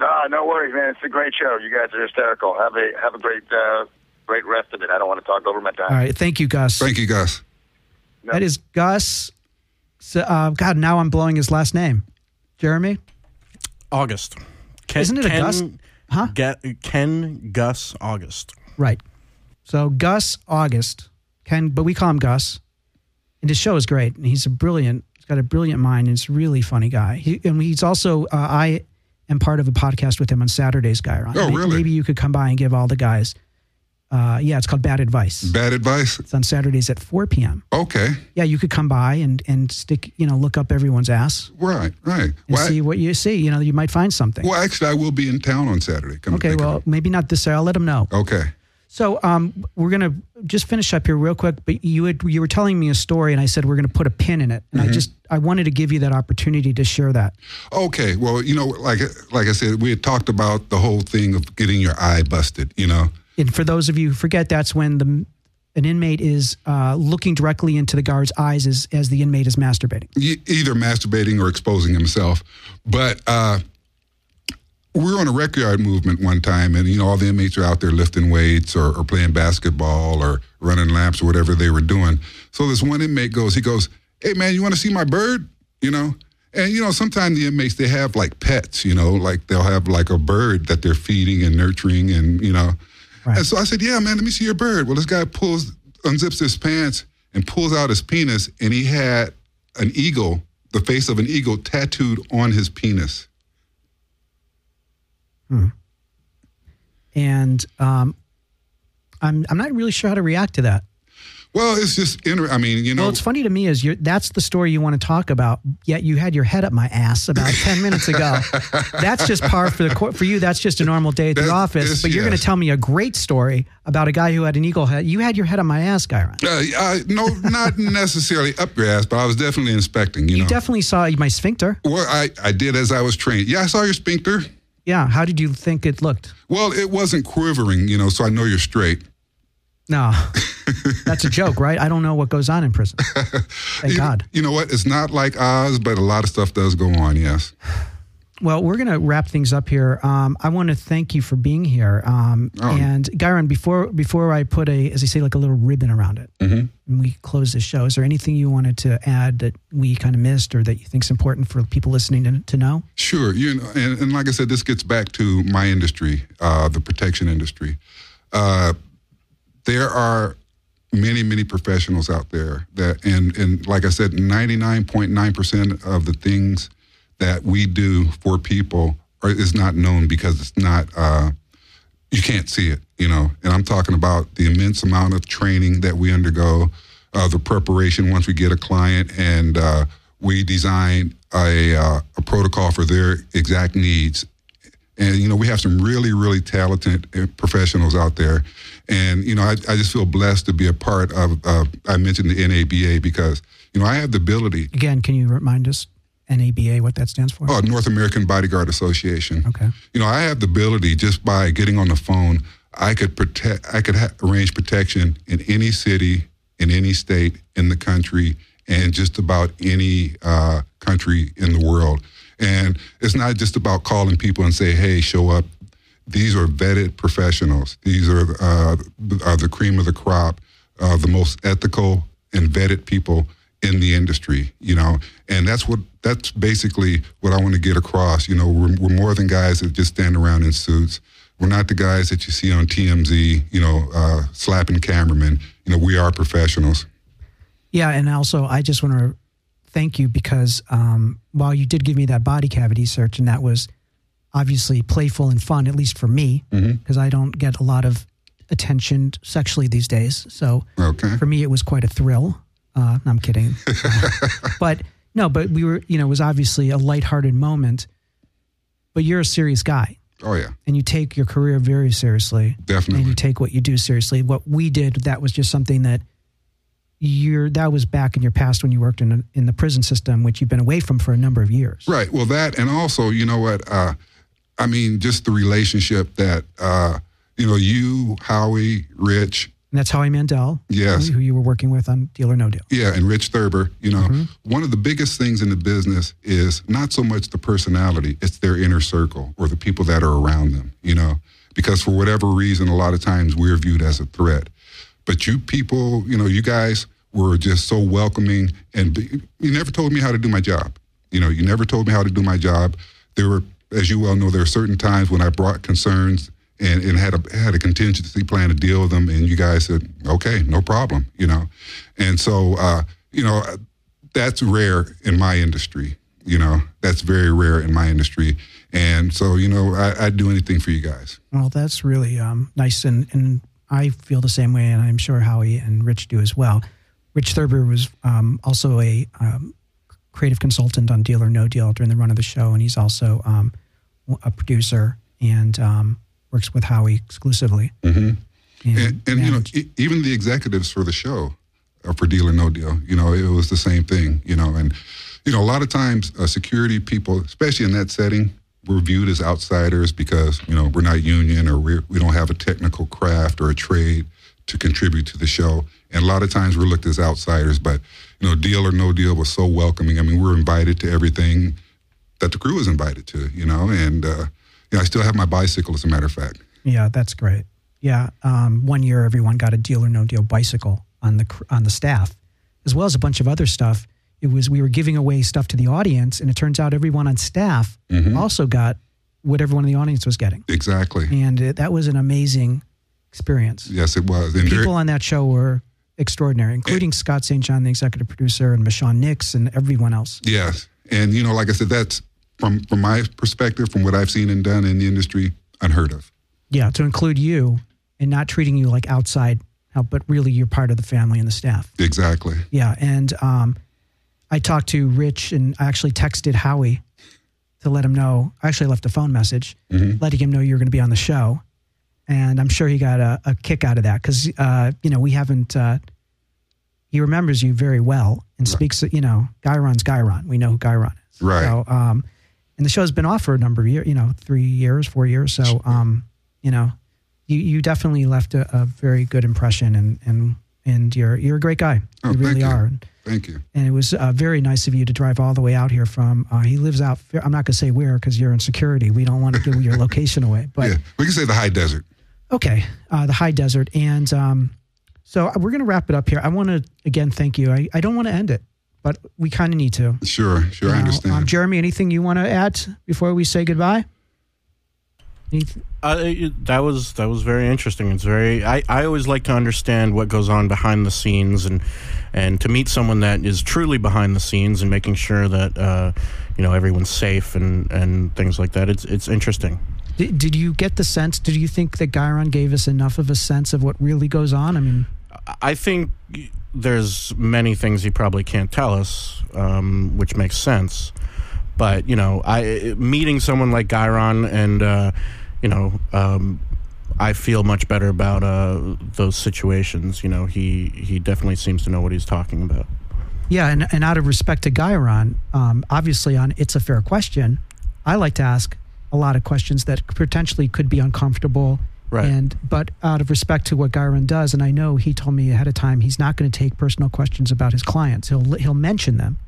S6: Nah, Ah, no worries, man. It's a great show. You guys are hysterical. Have a have a great uh, great rest of it. I don't want to talk over my time.
S1: All right, thank you, Gus.
S2: Thank you, Gus.
S1: That is Gus. So, uh, God, now I'm blowing his last name. Jeremy,
S3: August. Ken,
S1: Isn't it a Gus? Huh?
S3: Ga- Ken Gus August.
S1: right? So Gus August Ken, but we call him Gus. And his show is great. And he's a brilliant. He's got a brilliant mind. And he's a really funny guy. He, and he's also uh, I am part of a podcast with him on Saturdays, Guy Ron.
S2: Oh, really?
S1: Maybe you could come by and give all the guys. Uh, yeah, it's called Bad Advice.
S2: Bad advice?
S1: It's on Saturdays at 4 p.m.
S2: Okay.
S1: Yeah, you could come by and and stick, you know, look up everyone's ass
S2: Right, right.
S1: and
S2: Well, I-
S1: see what you see. You know, you might find something.
S2: well, actually, I will be in town on Saturday. Come to
S1: Okay,
S2: think of
S1: well, maybe not this Saturday. I'll let them know.
S2: it. Okay.
S1: So, um, we're gonna just finish up here real quick. But you had, you were telling me a story, and I said we're gonna put a pin in it, and I just I wanted to give you that opportunity to share that.
S2: Okay, well, you know, like like I said, we had talked about the whole thing of getting your eye busted. You know,
S1: And for those of you who forget, that's when the an inmate is uh, looking directly into the guard's eyes as as the inmate is masturbating.
S2: e- either masturbating or exposing himself. But uh, we were on a rec yard movement one time, and you know, all the inmates are out there lifting weights or, or playing basketball or running laps or whatever they were doing. So this one inmate goes, he goes, "Hey man, you want to see my bird?" You know. And you know, sometimes the inmates they have like pets, you know, like they'll have like a bird that they're feeding and nurturing, and you know,
S1: Right.
S2: And so I said, "Yeah, man, let me see your bird." Well, this guy pulls, unzips his pants, and pulls out his penis, and he had an eagle, the face of an eagle, tattooed on his penis.
S1: And um, I'm I'm not really sure how to react to that.
S2: Well, it's just, inter- I mean, you know,
S1: Well, it's funny to me is you're, that's the story you want to talk about. Yet you had your head up my ass about ten minutes ago. That's just par for the cour- for you. That's just a normal day at the
S2: That
S1: office.
S2: is-
S1: But you're going
S2: yes.
S1: to tell me a great story about a guy who had an eagle head. You had your head on my ass, guy. Ron.
S2: uh, uh, no, not necessarily up your ass, but I was definitely inspecting. You,
S1: You
S2: know,
S1: definitely saw my sphincter.
S2: well, I, I did as I was trained. Yeah, I saw your sphincter.
S1: Yeah. How did you think it looked?
S2: Well, it wasn't quivering, you know, so I know you're straight.
S1: No, that's a joke, right? I don't know what goes on in prison. Thank
S2: you,
S1: God.
S2: You know what? It's not like Oz, but a lot of stuff does go on. Yes.
S1: Well, we're going to wrap things up here. Um, I want to thank you for being here. Um, And Gyron, before before I put a, as I say, like a little ribbon around it, and we close the show. Is there anything you wanted to add that we kind of missed, or that you think's important for people listening to, to know?
S2: Sure, you know, and, and like I said, this gets back to my industry, uh, the protection industry. Uh, there are many, many professionals out there that, and and like I said, ninety nine point nine percent of the things that we do for people are, is not known because it's not. Uh, you can't see it, you know. And I'm talking about the immense amount of training that we undergo, uh, the preparation once we get a client, and uh, we design a, uh, a protocol for their exact needs. And you know, we have some really, really talented uh, professionals out there, and you know, I, I just feel blessed to be a part of. Uh, I mentioned the NABA because you know I have the ability.
S1: Again, can you remind us NABA what that stands for?
S2: Oh, North American Bodyguard Association.
S1: Okay.
S2: You know, I have the ability just by getting on the phone, I could protect, I could ha- arrange protection in any city, in any state, in the country, and just about any uh, country in the world. And it's not just about calling people and say, "Hey, show up." These are vetted professionals. These are uh, are the cream of the crop, uh, the most ethical and vetted people in the industry, you know, and that's what that's basically what I want to get across. You know, we're, we're more than guys that just stand around in suits. We're not the guys that you see on TMZ, you know, uh, slapping cameramen. You know, we are professionals.
S1: Yeah, and also I just want to thank you because um, while you did give me that body cavity search, and that was obviously playful and fun, at least for me, because I don't get a lot of attention sexually these days. So
S2: Okay.
S1: for me, it was quite a thrill. Uh, no, I'm kidding, but no, but we were, you know, it was obviously a lighthearted moment. But you're a serious guy,
S2: Oh yeah,
S1: and you take your career very seriously and
S2: definitely.
S1: you take what you do seriously. What we did, that was just something that you're that was back in your past when you worked in in the prison system, which you've been away from for a number of years.
S2: Right. Well, that and also, you know what? Uh, I mean, just the relationship that uh, you know, you, Howie, Rich,
S1: And that's Howie Mandel,
S2: Yes.
S1: who you were working with on Deal or No Deal.
S2: Yeah, and Rich Thurber, you know, one of the biggest things in the business is not so much the personality, it's their inner circle or the people that are around them, you know, because for whatever reason, a lot of times we're viewed as a threat. But you people, you know, you guys were just so welcoming and b- you never told me how to do my job. You know, you never told me how to do my job. There were, as you well know, there are certain times when I brought concerns and, and had a had a contingency plan to deal with them, and you guys said, "Okay, no problem," you know, and so uh, you know that's rare in my industry. You know, that's very rare in my industry, and so you know I, I'd do anything for you guys.
S1: Well, that's really um, nice, and and I feel the same way, and I'm sure Howie and Rich do as well. Rich Thurber was um, also a um, creative consultant on Deal or No Deal during the run of the show, and he's also um, a producer and um, works with Howie exclusively. Mm-hmm.
S2: And, and you know, e- even the executives for the show, uh, for Deal or No Deal, you know, it was the same thing. You know, and you know, a lot of times uh, security people, especially in that setting, we're viewed as outsiders because you know we're not union or we're, we don't have a technical craft or a trade to contribute to the show. And a lot of times we're looked as outsiders, but you know, Deal or No Deal was so welcoming. I mean, we were invited to everything that the crew was invited to. You know, and uh, you know, I still have my bicycle, as a matter of fact.
S1: Yeah, that's great. Yeah, um, one year everyone got a deal or no deal bicycle on the cr- on the staff, as well as a bunch of other stuff. It was we were giving away stuff to the audience, and it turns out everyone on staff also got what everyone in the audience was getting,
S2: Exactly.
S1: and it, that was an amazing experience.
S2: Yes, it was. And very-
S1: People on that show were extraordinary, including Scott St. John, the executive producer, and Michonne Nix, and everyone else.
S2: Yes, and you know, like I said, that's from from my perspective, from what I've seen and done in the industry, unheard of.
S1: Yeah, to include you and not treating you like outside help, but really you're part of the family and the staff.
S2: Exactly.
S1: Yeah, and um, I talked to Rich, and I actually texted Howie to let him know. I actually left a phone message letting him know you were going to be on the show, and I'm sure he got a, a kick out of that because uh, you know we haven't. Uh, he remembers you very well and speaks. You know, Gyron's Gyron. We know who Gyron is.
S2: Right.
S1: So, um, and the show's been off for a number of years. You know, three years, four years. So, um, you know, you you definitely left a, a very good impression, and and and you're you're a great guy.
S2: Oh,
S1: you
S2: thank
S1: really
S2: you.
S1: are
S2: Thank you.
S1: and it was uh, very nice of you to drive all the way out here from. Uh, he lives out. I'm not going to say where because you're in security. We don't want to give your location away. But
S2: Yeah, we can say the high desert.
S1: okay, uh, the high desert, and um, so we're going to wrap it up here. I want to again thank you. I, I don't want to end it, but we kind of need to.
S2: Sure, sure, I
S1: Now,
S2: understand.
S1: Um, Jeremy, anything you want to add before we say goodbye? Anyth-
S3: I, it- that was that was very interesting. It's very I, I always like to understand what goes on behind the scenes and and to meet someone that is truly behind the scenes and making sure that uh, you know everyone's safe and, and things like that. It's it's interesting.
S1: Did, did you get the sense? Did you think that Gyron gave us enough of a sense of what really goes on? I mean,
S3: I think there's many things he probably can't tell us, um, which makes sense. But you know, I meeting someone like Gyron, and uh, you know, um, I feel much better about uh, those situations. You know, he he definitely seems to know what he's talking about.
S1: Yeah, and, and out of respect to Guyron, um, obviously on It's a Fair Question, I like to ask a lot of questions that potentially could be uncomfortable.
S3: Right.
S1: And but out of respect to what Guyron does, and I know he told me ahead of time he's not going to take personal questions about his clients. He'll he'll mention them,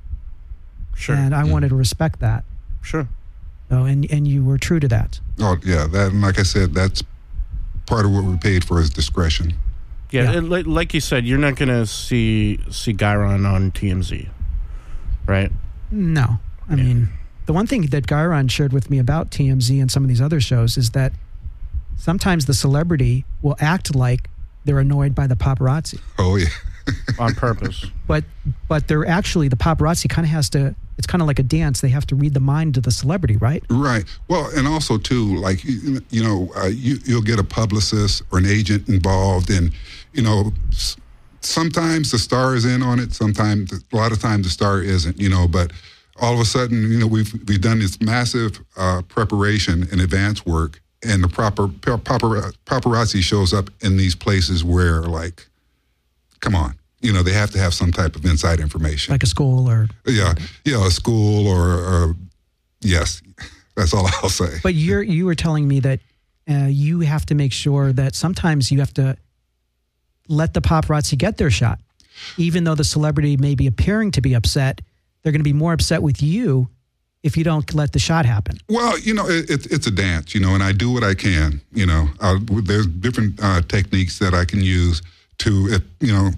S3: Sure, Mm.
S1: and I wanted to respect that.
S3: sure.
S1: So and and you were true to that.
S2: oh yeah, that and like I said, that's part of what we paid for is discretion.
S3: Yeah, and like, like you said, you're not gonna see see Gyron on TMZ, right?
S1: No. I mean, the one thing that Gyron shared with me about TMZ and some of these other shows is that sometimes the celebrity will act like they're annoyed by the paparazzi.
S2: Oh yeah.
S3: On purpose.
S1: But but they're actually the paparazzi kind of has to it's kind of like a dance. They have to read the mind of the celebrity, right?
S2: Right. Well, and also too, like you, you know, uh, you you'll get a publicist or an agent involved, and you know, s- sometimes the star is in on it. Sometimes, a lot of times, the star isn't. You know, but all of a sudden, you know, we've we've done this massive uh, preparation and advance work, and the proper papar- paparazzi shows up in these places where, like, come on, you know, they have to have some type of inside information.
S1: Like a school or
S2: Yeah, yeah, a school or, or yes, that's all I'll say.
S1: But you're you were telling me that uh, you have to make sure that sometimes you have to let the paparazzi get their shot, even though the celebrity may be appearing to be upset. They're going to be more upset with you if you don't let the shot happen.
S2: Well, you know, it, it, it's a dance, you know, and I do what I can. You know, uh, there's different uh, techniques that I can use to, if, you know,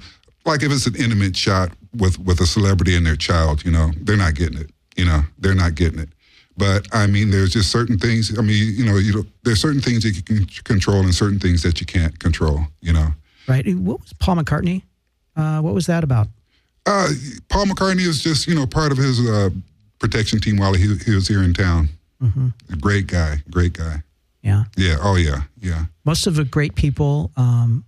S2: like if it's an intimate shot with with a celebrity and their child, you know, they're not getting it. You know, they're not getting it. But I mean, there's just certain things. I mean, you know, you know, there's certain things that you can control and certain things that you can't control. You know.
S1: Right? What was Paul McCartney? Uh, what was that about?
S2: Uh, Paul McCartney is just you know part of his uh, protection team while he, he was here in town.
S1: Mm-hmm.
S2: Great guy, great guy.
S1: Yeah,
S2: Yeah. Oh yeah. Yeah.
S1: most of the great people um,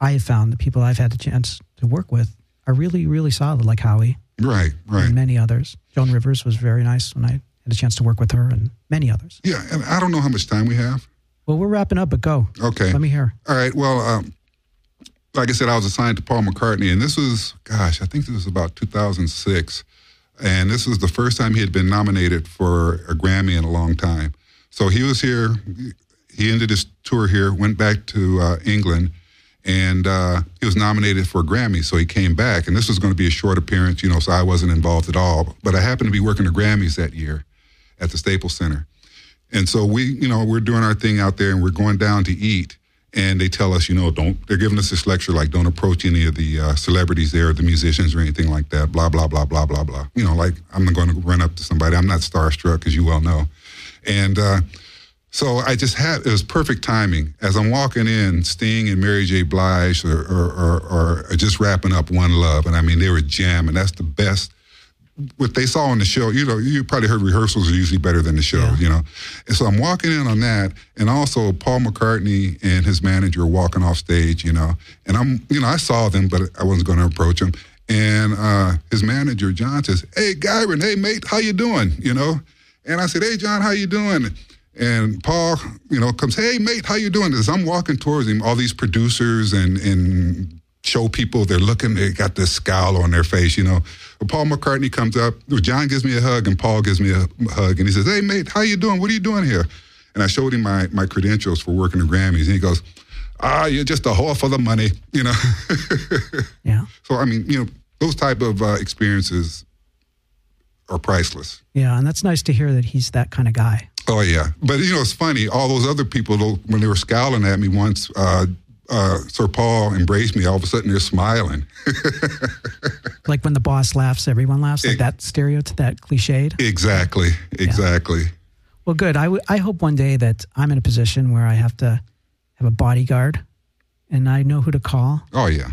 S1: I have found, the people I've had the chance to work with, are really really solid, like Howie
S2: Right.
S1: and
S2: Right.
S1: many others. Joan Rivers was very nice when I had a chance to work with her, and many others.
S2: Yeah. And I don't know how much time we have.
S1: Well, we're wrapping up, but go.
S2: Okay.
S1: Let me hear.
S2: All right. Well, um, like I said, I was assigned to Paul McCartney, and this was, gosh, I think this was about 2006. And this was the first time he had been nominated for a Grammy in a long time. So he was here. He ended his tour here, went back to uh, England, and uh, he was nominated for a Grammy. So he came back, and this was going to be a short appearance, you know, so I wasn't involved at all. But I happened to be working the Grammys that year at the Staples Center. And so we, you know, we're doing our thing out there and we're going down to eat. And they tell us, you know, don't, they're giving us this lecture like, don't approach any of the uh, celebrities there, the musicians or anything like that, blah, blah, blah, blah, blah, blah. You know, like, I'm not going to run up to somebody. I'm not starstruck, as you well know. And uh, so I just had, it was perfect timing. As I'm walking in, Sting and Mary J. Blige or, or, or, or just wrapping up One Love. And I mean, they were jamming. That's the best what they saw on the show, you know, you probably heard rehearsals are usually better than the show, you know. And so I'm walking in on that, and also Paul McCartney and his manager are walking off stage, you know. And I'm, you know, I saw them, but I wasn't going to approach them. And uh, his manager John says, "Hey, Gyron, hey mate, how you doing?" You know. And I said, "Hey, John, how you doing?" And Paul, you know, comes, "Hey, mate, how you doing?" As I'm walking towards him, all these producers and and show people they're looking they got this scowl on their face you know paul mccartney comes up john gives me a hug and paul gives me a hug and he says hey mate how you doing what are you doing here and i showed him my, my credentials for working the grammys and he goes ah you're just a whore for the money you know
S1: Yeah.
S2: so i mean you know those type of uh, experiences are priceless
S1: Yeah, and that's nice to hear that he's that kind of guy.
S2: Oh yeah, but you know it's funny. All those other people, though, when they were scowling at me once, uh, uh, Sir Paul embraced me. All of a sudden, they're smiling.
S1: Like when the boss laughs, everyone laughs. Like that stereotype, that cliched.
S2: exactly, exactly.
S1: Well, good. I, w- I hope one day that I'm in a position where I have to have a bodyguard, and I know who to call
S2: Oh yeah.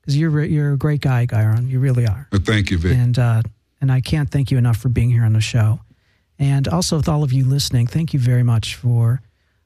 S1: because you're re- you're a great guy, Gyron. You really are.
S2: Well, thank you, Vic.
S1: And uh, and I can't thank you enough for being here on the show, and also with all of you listening, thank you very much for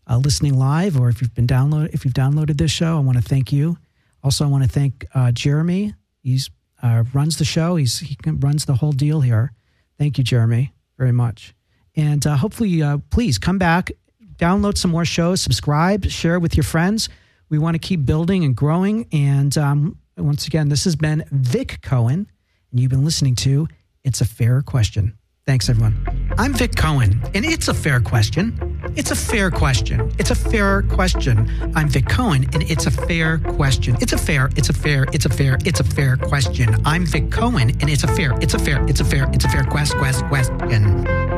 S1: uh, listening live, or if you've been download if you've downloaded this show, I want to thank you. Also, I want to thank uh, Jeremy. He's uh, runs the show. He's he can- runs the whole deal here. Thank you, Jeremy, very much. And uh, hopefully, uh, please come back, download some more shows, subscribe, share with your friends. We want to keep building and growing. And um, once again, this has been Vic Cohen, and you've been listening to It's a Fair Question. Thanks, everyone. I'm Vic Cohen, and it's a fair question. It's a fair question. It's a fair question. I'm Vic Cohen, and it's a fair question. It's a fair, it's a fair, it's a fair, it's a fair question. I'm Vic Cohen, and it's a fair, it's a fair, it's a fair, it's a fair, it's a fair quest, quest, question.